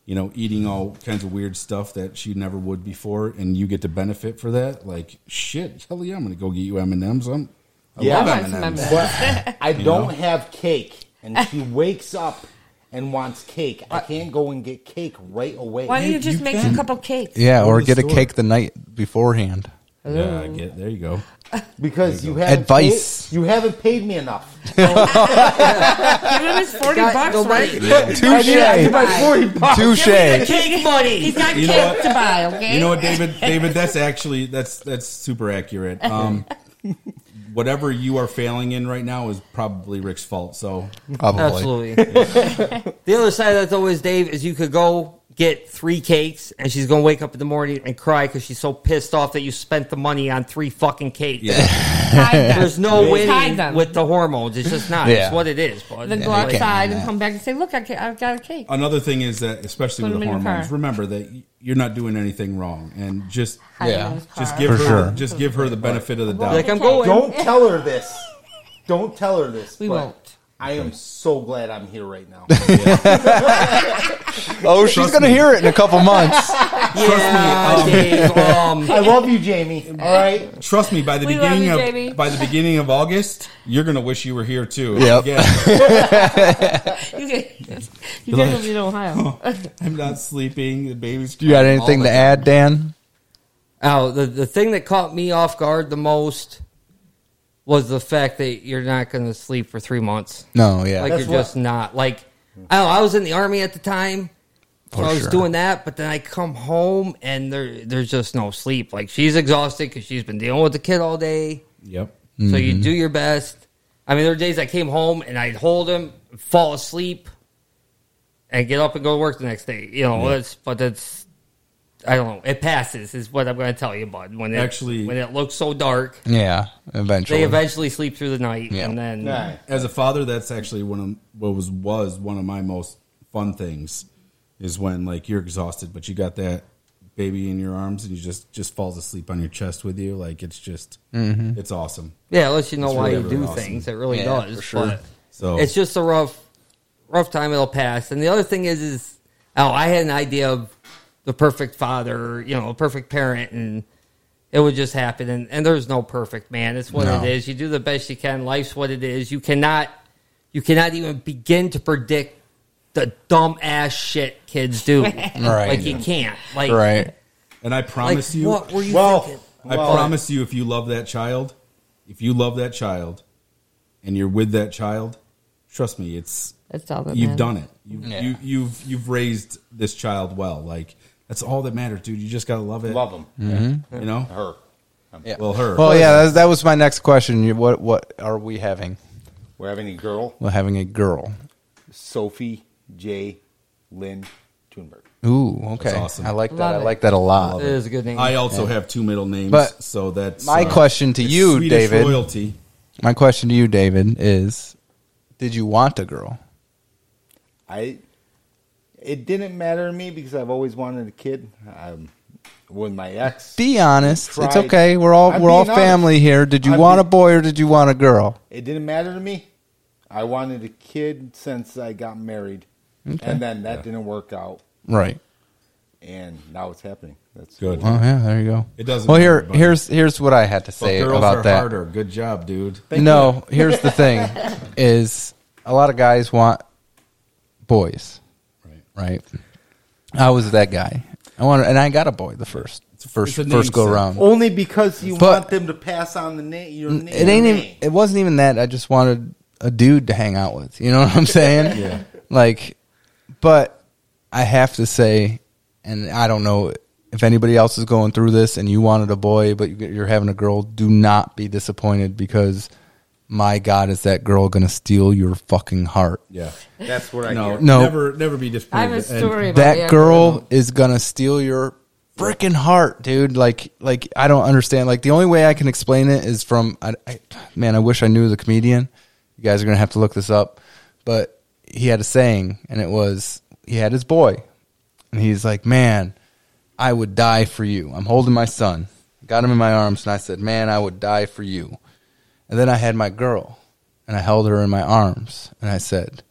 Speaker 2: you know, eating all kinds of weird stuff that she never would before, and you get to benefit for that. Like shit, hell yeah, I'm gonna go get you M and M's. I'm, I
Speaker 16: Yeah,
Speaker 2: love M and
Speaker 16: But
Speaker 2: M's.
Speaker 16: I don't have cake, and she wakes up and wants cake. I can't go and get cake right away.
Speaker 1: Why don't you just make a cup of cake?
Speaker 7: yeah,
Speaker 16: Go to
Speaker 7: or
Speaker 16: the
Speaker 7: get a
Speaker 16: store.
Speaker 7: cake the night beforehand.
Speaker 2: Yeah, I get there. You go.
Speaker 16: Because you,
Speaker 7: go.
Speaker 16: haven't
Speaker 7: Advice.
Speaker 16: paid- you haven't paid me enough.
Speaker 1: Give him his forty
Speaker 16: Guy-
Speaker 1: bucks,
Speaker 16: go buy-
Speaker 1: right?
Speaker 16: Yeah. Touche. I did have to buy 40 bucks.
Speaker 2: Touche.
Speaker 1: Give him the cake money. He's got
Speaker 2: You know
Speaker 1: cake
Speaker 2: what?
Speaker 1: to buy. Okay.
Speaker 2: You know what, David? David, that's actually that's that's super accurate. Um, whatever you are failing in right now is probably Rick's fault. So
Speaker 11: Absolutely. the other side of that's always Dave is you could go get three cakes and she's gonna wake up in the morning and cry because she's so pissed off that you spent the money on three fucking cakes.
Speaker 1: them.
Speaker 11: There's no
Speaker 1: Hide
Speaker 11: winning
Speaker 1: them.
Speaker 11: with the hormones. It's just not.
Speaker 2: Yeah.
Speaker 11: It's what it is. But
Speaker 1: Then go
Speaker 11: Like-
Speaker 1: outside and come back and say, "Look, I ca- I've got a cake."
Speaker 2: Another thing is that, especially
Speaker 1: Put
Speaker 2: with the
Speaker 1: him in your
Speaker 2: hormones,
Speaker 1: car.
Speaker 2: remember that y- you're not doing anything wrong, and just
Speaker 1: Hide him in his
Speaker 2: just
Speaker 1: car.
Speaker 2: give
Speaker 7: For
Speaker 2: her
Speaker 7: sure.
Speaker 2: just give her the benefit of the doubt.
Speaker 11: Like, I'm going.
Speaker 16: Don't tell her this. Don't tell her this.
Speaker 1: We
Speaker 16: but
Speaker 1: won't.
Speaker 16: I am so glad I'm here right now.
Speaker 7: Oh, she's gonna hear it in a couple months.
Speaker 16: Yeah,
Speaker 11: Dave, um-
Speaker 16: I love you, Jamie. All right.
Speaker 2: Trust me, by the
Speaker 16: We love
Speaker 2: beginning
Speaker 16: you,
Speaker 2: of
Speaker 16: Jamie.
Speaker 2: by the beginning of August, you're gonna wish you were here too.
Speaker 7: Yep.
Speaker 1: you get, you
Speaker 2: You're
Speaker 1: get
Speaker 2: like,
Speaker 1: in Ohio.
Speaker 2: I'm not sleeping. The baby's.
Speaker 7: You got
Speaker 2: crying
Speaker 7: anything
Speaker 2: all the
Speaker 7: to add, Dan?
Speaker 11: Oh, the the thing that caught me off guard the most was the fact that you're not going to sleep for three months.
Speaker 7: No, yeah.
Speaker 11: like
Speaker 7: That's
Speaker 11: you're
Speaker 7: what-
Speaker 11: just not. Like, oh, I was in the army at the time, so
Speaker 7: For
Speaker 11: I was
Speaker 7: sure.
Speaker 11: doing that. But then I come home and there there's just no sleep. Like she's exhausted because she's been dealing with the kid all day.
Speaker 2: Yep.
Speaker 11: So you
Speaker 2: Mhm.
Speaker 11: do your best. I mean, there were days I came home and I'd hold him, fall asleep, and get up and go to work the next day. You know,
Speaker 2: Yeah.
Speaker 11: it's but that's I don't know. It passes is what I'm going to tell you, bud. When it,
Speaker 2: Actually-
Speaker 11: when it looks so dark,
Speaker 7: Yeah, eventually.
Speaker 11: they eventually sleep through the night, and then
Speaker 2: as a father, that's actually one of what was was one of my most fun things is when like you're exhausted, but you got that baby in your arms and you just just falls asleep on your chest with you. Like it's just
Speaker 11: Mhm.
Speaker 2: it's awesome.
Speaker 11: yeah, it lets you know
Speaker 2: It's
Speaker 11: why
Speaker 2: really,
Speaker 11: you
Speaker 2: really
Speaker 11: do
Speaker 2: awesome.
Speaker 11: things. It really
Speaker 2: Yeah,
Speaker 11: does.
Speaker 2: for sure.
Speaker 11: but
Speaker 2: So-
Speaker 11: it's just a rough rough time. It'll pass. And the other thing is, is oh, I had an idea of the perfect father, you know, a perfect parent, and it would just happen. And, and there's no perfect man. It's what
Speaker 7: No.
Speaker 11: it is. You do the best you can. Life's what it is. You cannot, you cannot even begin to predict the dumb ass shit kids do.
Speaker 2: Right.
Speaker 11: Like you can't. Like
Speaker 2: And I promise
Speaker 11: Like,
Speaker 2: you,
Speaker 11: what were you Well, thinking?
Speaker 2: I
Speaker 11: well-
Speaker 2: promise you, if you love that child, if you love that child, and you're with that child, trust me, it's
Speaker 1: That's all that
Speaker 2: you've
Speaker 1: matters.
Speaker 2: done it. You,
Speaker 1: Yeah.
Speaker 2: you you've you've raised this child well. Like that's all that matters, dude. You just gotta love it. Mm-hmm.
Speaker 16: Love 'em.
Speaker 7: Mhm.
Speaker 2: You know
Speaker 16: her.
Speaker 2: Well, her.
Speaker 7: Well, yeah, that, that was my next question. You- What what are we having?
Speaker 16: We're having a girl,
Speaker 7: We're having a girl.
Speaker 16: Sophie J. Lynn Thunberg.
Speaker 7: Ooh, okay.
Speaker 2: That's awesome.
Speaker 7: I like that. I like that a lot.
Speaker 2: Love I
Speaker 7: I
Speaker 2: also have two middle names,
Speaker 7: But
Speaker 2: so that's
Speaker 7: my
Speaker 2: uh,
Speaker 7: question to
Speaker 2: it's
Speaker 7: you,
Speaker 2: Swedish
Speaker 7: David.
Speaker 2: Royalty.
Speaker 7: My question to you, David, is: Did you want a girl?
Speaker 16: I. It didn't matter to me because I've always wanted a kid. Um, with my ex,
Speaker 7: Be honest. It's
Speaker 16: tried-
Speaker 7: okay. We're all
Speaker 16: I'm
Speaker 7: we're all
Speaker 16: being honest.
Speaker 7: family here. Did you
Speaker 16: I'm
Speaker 7: want
Speaker 16: being-
Speaker 7: a boy or did you want a girl?
Speaker 16: It didn't matter to me. I wanted a kid since I got married,
Speaker 7: Okay.
Speaker 16: and then that didn't work out.
Speaker 7: Right.
Speaker 16: And now it's happening. That's
Speaker 2: Good.
Speaker 7: Oh yeah, there you go.
Speaker 2: It doesn't
Speaker 7: Well, here
Speaker 2: matter, but-
Speaker 7: here's here's what I had to
Speaker 2: But
Speaker 7: say
Speaker 2: girls
Speaker 7: about
Speaker 2: are
Speaker 7: that.
Speaker 2: Harder. Good job, dude.
Speaker 7: no, here's the thing: is a lot of guys want boys, right? Right. I was that guy. I wanted, and I got a boy the first first
Speaker 16: It's a
Speaker 7: first
Speaker 16: namesake.
Speaker 7: go round.
Speaker 16: Only because you
Speaker 7: But-
Speaker 16: want them to pass on the name. Your name.
Speaker 7: it ain't even, it wasn't even that i just wanted a dude to hang out with you know what i'm saying
Speaker 16: Yeah.
Speaker 7: like but i have to say and i don't know if anybody else is going through this and you wanted a boy but you- you're having a girl do not be disappointed because my god is that girl gonna steal your fucking heart
Speaker 2: Yeah,
Speaker 16: that's where I
Speaker 2: no,
Speaker 16: hear.
Speaker 7: No.
Speaker 2: never, never be disappointed. And
Speaker 7: that girl is gonna steal your freaking heart, dude. Like, like I don't understand. Like, the only way I can explain it is from, I, I, man, I wish I knew the comedian. You guys are gonna have to look this up, but he had a saying, and it was he had his boy, and he's like, man, I would die for you. I'm holding my son, got him in my arms, and I said, man, I would die for you. And then I had my girl, and I held her in my arms, and I said.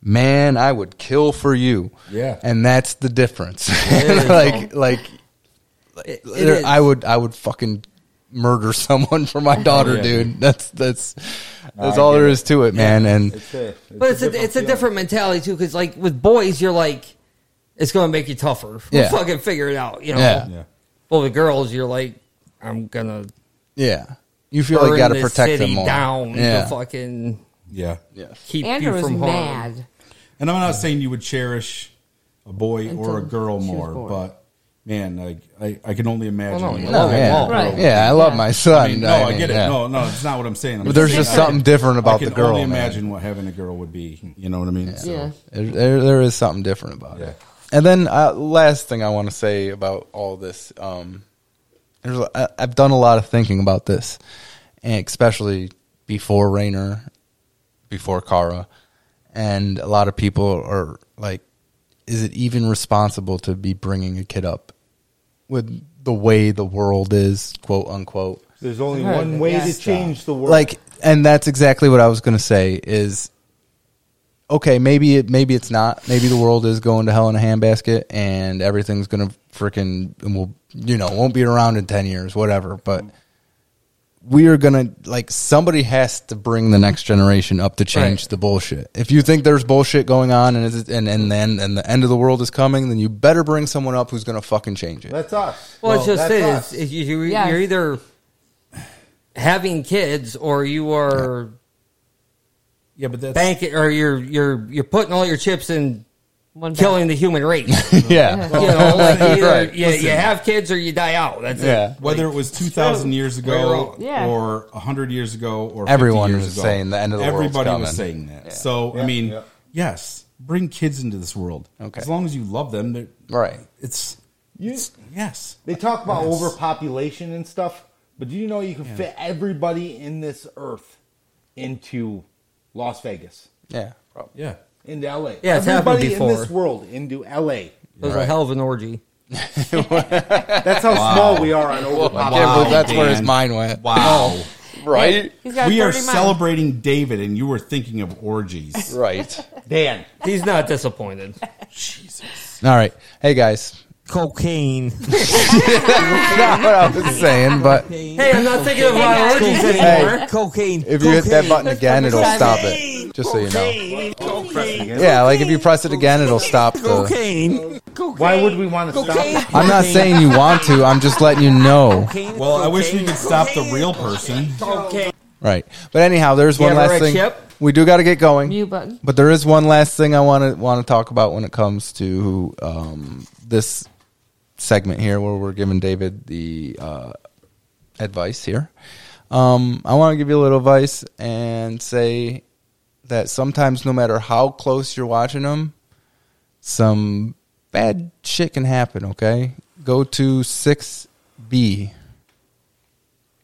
Speaker 7: Man, I would kill for you.
Speaker 2: Yeah.
Speaker 7: And that's the difference.
Speaker 2: There you
Speaker 7: like,
Speaker 2: go.
Speaker 7: like,
Speaker 2: It- it
Speaker 7: there-
Speaker 2: is.
Speaker 7: I would, I would fucking murder someone for my
Speaker 11: Oh,
Speaker 7: daughter,
Speaker 11: yeah.
Speaker 7: dude. That's that's
Speaker 11: No,
Speaker 7: that's
Speaker 11: I
Speaker 7: all
Speaker 11: get
Speaker 7: there
Speaker 11: it.
Speaker 7: is to it, man. And
Speaker 11: but it's a, it's a different mentality too, because like with boys, you're like, it's going to make you tougher.
Speaker 7: Yeah.
Speaker 11: We'll fucking figure it out, you know.
Speaker 7: Yeah. Yeah.
Speaker 11: Well, with girls, you're like, I'm gonna
Speaker 7: yeah, you feel like you
Speaker 11: burn
Speaker 7: got to
Speaker 11: this
Speaker 7: protect
Speaker 11: city
Speaker 7: them more.
Speaker 11: down.
Speaker 7: yeah.
Speaker 11: To fucking
Speaker 2: Yeah. Yeah.
Speaker 11: Keep you from harm.
Speaker 2: And I'm not saying you would cherish a boy or a
Speaker 7: Until
Speaker 2: girl
Speaker 7: she was
Speaker 2: more,
Speaker 7: born.
Speaker 2: but man, like I, I can only imagine.
Speaker 7: Well, no,
Speaker 2: like,
Speaker 7: you love
Speaker 2: a
Speaker 7: it.
Speaker 2: girl.
Speaker 7: Oh, right. Yeah, I love my son.
Speaker 2: I mean, no,
Speaker 7: I
Speaker 2: I,
Speaker 7: mean,
Speaker 2: get it.
Speaker 7: yeah.
Speaker 2: No, no, it's not what I'm saying. I'm
Speaker 7: But there's just
Speaker 2: saying,
Speaker 7: something different
Speaker 2: I
Speaker 7: about
Speaker 2: can
Speaker 7: the girl,
Speaker 2: Only
Speaker 7: man.
Speaker 2: imagine what having a girl would be. You know what I mean? So-
Speaker 7: So, there, there, there is something different about it. And then uh, last thing I want to say about all this, um, there's, a- I, I've done a lot of thinking about this, and especially before Rayner, before Kara, and a lot of people are like, is it even responsible to be bringing a kid up with the way the world is, quote unquote?
Speaker 16: There's only
Speaker 15: Right,
Speaker 16: one way
Speaker 15: yeah.
Speaker 16: to change the world.
Speaker 7: Like, and that's exactly what I was going to say is okay, maybe it maybe it's not. Maybe the world is going to hell in a handbasket and everything's going to freaking and will you know, won't be around in 10 years, whatever, but we are going to like somebody has to bring the next generation up to change the bullshit. If you think there's bullshit going on and is and and then and the end of the world is coming, then you better bring someone up who's going to fucking change it.
Speaker 16: That's us.
Speaker 11: Well, it's just
Speaker 16: that's
Speaker 11: it.
Speaker 16: us.
Speaker 11: It's, it's you, you,
Speaker 16: Yes.
Speaker 11: You're either having kids or you are
Speaker 2: yeah, but that's
Speaker 11: banking or you're you're you're putting all your chips in killing the human race.
Speaker 7: Yeah.
Speaker 11: you know, like either
Speaker 2: Right.
Speaker 11: you,
Speaker 2: Listen.
Speaker 11: you have kids or you die out. That's it.
Speaker 2: Whether
Speaker 11: Like,
Speaker 2: it was 2,000 years ago
Speaker 11: Right or wrong.
Speaker 2: or a 100 years ago or 50
Speaker 7: Everyone
Speaker 2: years
Speaker 7: was
Speaker 2: ago,
Speaker 7: saying the end of the world's
Speaker 2: Everybody was
Speaker 7: coming.
Speaker 2: saying that.
Speaker 7: Yeah.
Speaker 2: So, I
Speaker 7: Yeah,
Speaker 2: mean,
Speaker 7: yeah.
Speaker 2: yes, bring kids into this world. Okay. As long as you love them, they're,
Speaker 7: right.
Speaker 2: It's yes.
Speaker 16: They talk about
Speaker 2: Yes.
Speaker 16: overpopulation and stuff, but do you know you can
Speaker 2: Yeah.
Speaker 16: fit everybody in this earth into Las Vegas?
Speaker 7: Yeah.
Speaker 2: Yeah.
Speaker 16: Into LA.
Speaker 11: Yeah, it's happened
Speaker 16: everybody in this
Speaker 11: before.
Speaker 16: world into LA.
Speaker 11: It was a hell of an orgy.
Speaker 16: That's how small we are on overpopulation.
Speaker 7: Oh.
Speaker 2: Wow.
Speaker 16: Right? He's got
Speaker 2: We are
Speaker 16: 30 miles.
Speaker 2: celebrating David, and you were thinking of orgies.
Speaker 7: Right.
Speaker 16: Dan.
Speaker 11: He's not disappointed.
Speaker 7: All right. Hey guys.
Speaker 15: Cocaine.
Speaker 7: not what I was saying, but
Speaker 11: Hey, I'm not thinking of my orgies anymore.
Speaker 15: Cocaine.
Speaker 7: if you hit that button again, it'll stop it. Just so you know. Yeah, like if you press it again, it'll stop the.
Speaker 15: Cocaine.
Speaker 16: Why would we want to stop?
Speaker 7: I'm not saying you want to. I'm just letting you know.
Speaker 2: Well, I wish we could stop the real person.
Speaker 7: Right. But anyhow, there's
Speaker 2: You
Speaker 7: one
Speaker 2: have a
Speaker 7: last
Speaker 2: red
Speaker 7: thing.
Speaker 2: chip?
Speaker 7: We do got to get going.
Speaker 1: Mute button.
Speaker 7: But there is one last thing I want to want to talk about when it comes to um, this segment here, where we're giving David the uh, advice here. Um, I want to give you a little advice and say that sometimes, no matter how close you're watching them, some bad shit can happen. Okay, go to six B.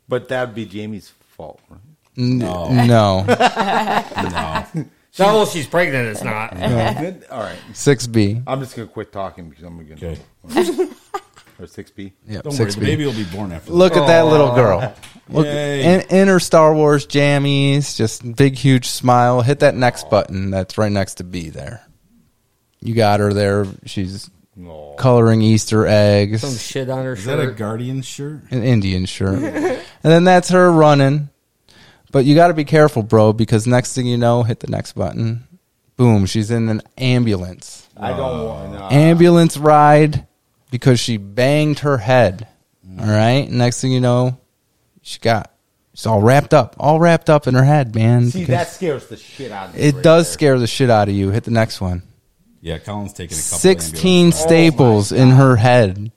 Speaker 16: But that'd be Jamie's fault. right?
Speaker 7: No. No.
Speaker 16: no.
Speaker 11: No, well, she's pregnant. It's not.
Speaker 7: No.
Speaker 16: All right.
Speaker 7: 6B.
Speaker 16: I'm just gonna quit talking because I'm gonna.
Speaker 2: Okay.
Speaker 16: or six B.
Speaker 7: Yeah,
Speaker 2: Don't worry,
Speaker 7: 6B.
Speaker 2: the baby will be born after.
Speaker 7: Look at that little
Speaker 2: Aw.
Speaker 7: girl. Look,
Speaker 2: Yay.
Speaker 7: in, in her Star Wars jammies, just big, huge smile. Hit that next button that's right next to B there. You got her there. She's coloring Easter eggs.
Speaker 11: Some shit on her
Speaker 2: Is
Speaker 11: shirt.
Speaker 2: that a guardian shirt?
Speaker 7: an Indian shirt. and then that's her running. But you got to be careful, bro, because next thing you know, hit the next button. Boom, she's in an ambulance.
Speaker 16: I don't want. No.
Speaker 7: ambulance ride because she banged her head. All right. Next thing you know, she got it's all wrapped up, all wrapped up in her head, man.
Speaker 16: See,
Speaker 7: because
Speaker 16: that scares the shit out of me.
Speaker 7: it does scare the shit out of you. Hit the next one.
Speaker 2: Yeah, Colin's taking a couple.
Speaker 7: Sixteen
Speaker 2: ambulances.
Speaker 7: staples in her head.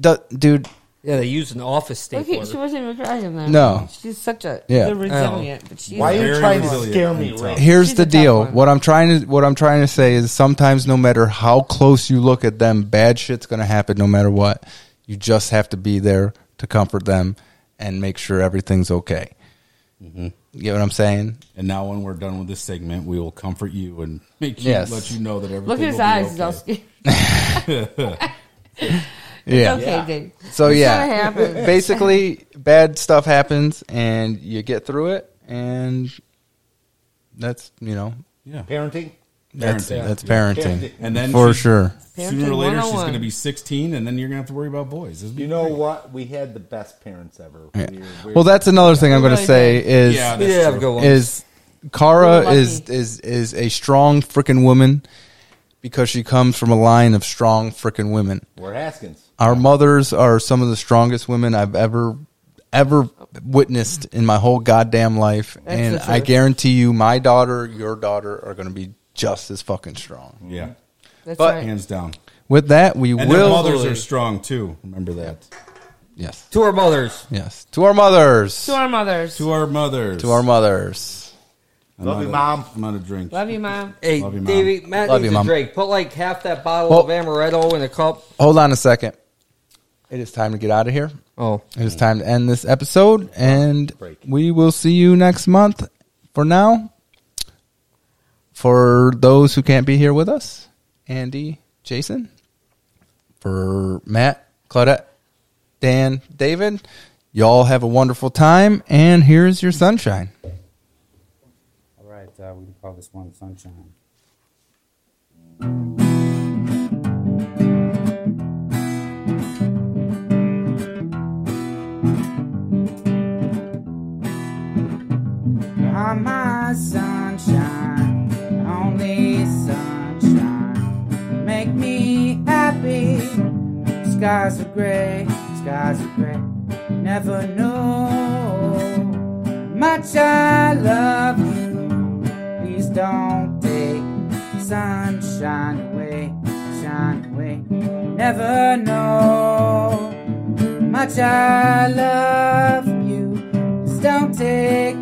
Speaker 7: Du- dude,
Speaker 11: Yeah, they use an office
Speaker 17: Look,
Speaker 11: staple.
Speaker 17: he- she wasn't even trying that.
Speaker 7: No.
Speaker 17: she's such a
Speaker 7: Yeah.
Speaker 17: yeah. resilient. But she's
Speaker 16: Why are you
Speaker 17: very
Speaker 16: trying to
Speaker 17: resilient.
Speaker 16: scare me, Rick?
Speaker 7: Here's the deal. What I'm trying to what I'm trying to say is sometimes no matter how close you look at them, bad shit's going to happen no matter what. You just have to be there to comfort them and make sure everything's okay. You get what I'm saying?
Speaker 2: And now, when we're done with this segment, we will comfort you and make you
Speaker 7: Yes.
Speaker 2: let you know that everything.
Speaker 17: Look at his
Speaker 2: will
Speaker 17: eyes.
Speaker 2: Be
Speaker 17: He's all scared.
Speaker 2: okay.
Speaker 7: Yeah.
Speaker 17: okay, Yeah. Dave.
Speaker 7: So
Speaker 17: It's
Speaker 7: yeah,
Speaker 17: gonna happen.
Speaker 7: basically, bad stuff happens, and you get through it, and that's you know
Speaker 2: Yeah.
Speaker 16: Parenting.
Speaker 7: That's-
Speaker 2: Parenting.
Speaker 7: that's parenting.
Speaker 2: And then
Speaker 7: For
Speaker 2: she-
Speaker 7: sure.
Speaker 2: Sooner or
Speaker 16: Parenting
Speaker 2: later, she's
Speaker 16: 101.
Speaker 2: going
Speaker 17: oh
Speaker 2: to be 16, and then you're going to have to worry about boys. This would be
Speaker 16: You know what? We had the best parents ever.
Speaker 7: Yeah.
Speaker 16: We were- we
Speaker 7: Well,
Speaker 16: were-
Speaker 7: that's another thing I'm going to say is
Speaker 16: Yeah, that's Yeah, true. good one.
Speaker 7: is
Speaker 16: We're
Speaker 7: Kara
Speaker 16: lucky.
Speaker 7: is is is a strong freaking woman because she comes from a line of strong freaking women.
Speaker 16: We're Haskins.
Speaker 7: Our mothers are some of the strongest women I've ever ever witnessed in my whole goddamn life,
Speaker 2: That's
Speaker 7: and
Speaker 2: the
Speaker 7: I
Speaker 2: truth.
Speaker 7: guarantee you, my daughter, your daughter, are going to be just as fucking strong.
Speaker 2: Yeah.
Speaker 17: That's
Speaker 2: but
Speaker 17: right.
Speaker 2: hands down.
Speaker 7: With that, we
Speaker 2: and
Speaker 7: will.
Speaker 2: Their mothers are strong too. Remember that.
Speaker 7: Yes.
Speaker 11: To our mothers.
Speaker 7: Yes. To our mothers.
Speaker 17: To our mothers.
Speaker 2: To our mothers.
Speaker 7: To our mothers.
Speaker 2: I'm
Speaker 11: Love
Speaker 2: out
Speaker 11: you,
Speaker 2: of-
Speaker 11: Mom.
Speaker 2: I'm out of drink.
Speaker 17: Love you, mom.
Speaker 11: Hey,
Speaker 2: Love you, Mom.
Speaker 11: Davey, Matt
Speaker 7: Love
Speaker 11: needs
Speaker 7: you,
Speaker 11: a
Speaker 7: Mom.
Speaker 11: drink. Put like half that bottle
Speaker 7: Well-
Speaker 11: of amaretto in a cup.
Speaker 7: Hold on a second. It is time to get out of here.
Speaker 11: Oh.
Speaker 7: It is time to end this episode, and we will see you next month. For now, for those who can't be here with us, Andy, Jason, for Matt, Claudette, Dan, David, y'all have a wonderful time, and here's your sunshine.
Speaker 18: All right, uh, we can call this one sunshine.
Speaker 1: Are my sunshine, only sunshine. Make me happy. Skies are gray, skies are gray. Never know much I love you. Please don't take sunshine away, shine away. Never know much I love you. Please don't take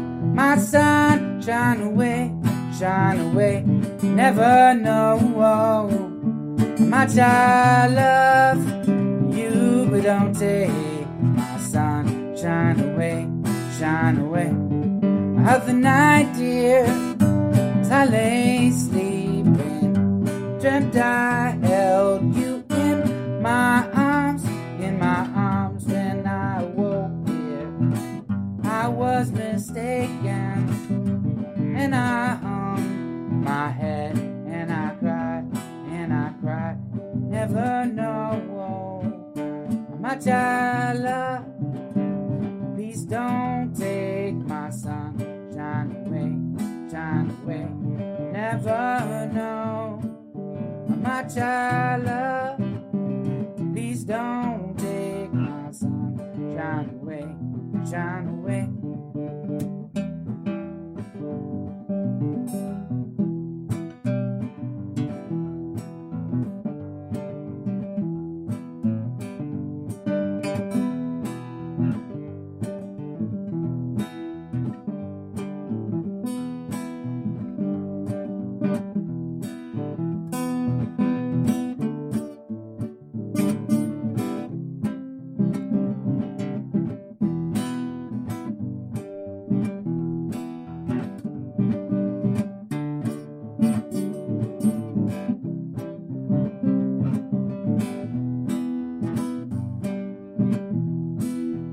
Speaker 1: my sunshine away, shine away. Never know oh, much I love you, but don't take my sunshine away, shine away. Of the night, dear, as I lay sleeping, dreamt I held you in my arms, in my arms when I woke, dear. I was mistaken, and I hung my head, and I cried, and I cried. Never know how much I love. Please don't take my sunshine away, shine away. Never know how much I love. Please don't take my sunshine away, shine away.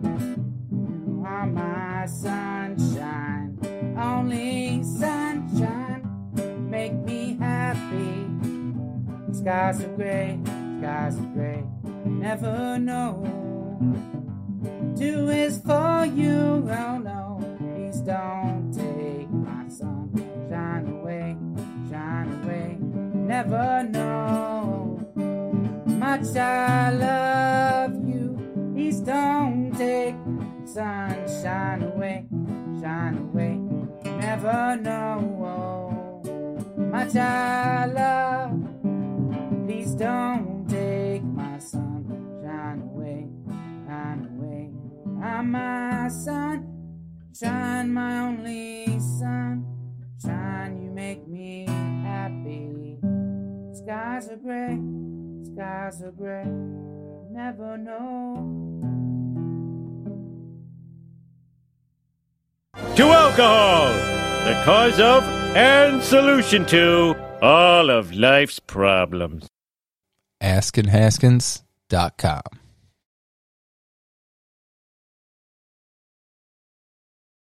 Speaker 1: You are my sunshine, only sunshine. Make me happy. Skies are gray, skies are gray. Never know. Do is for you, oh no. Please don't take my sunshine away, shine never know. Much I love you. Please don't take sunshine away, shine away. Never know. Much I love. Please don't take my sunshine away, shine away. I'm my sun. Shine, my only sun. Shine, you make me happy. Skies are gray, skies are gray. Never know.
Speaker 9: To alcohol, the cause of and solution to all of life's problems.
Speaker 7: AskinHaskins.com.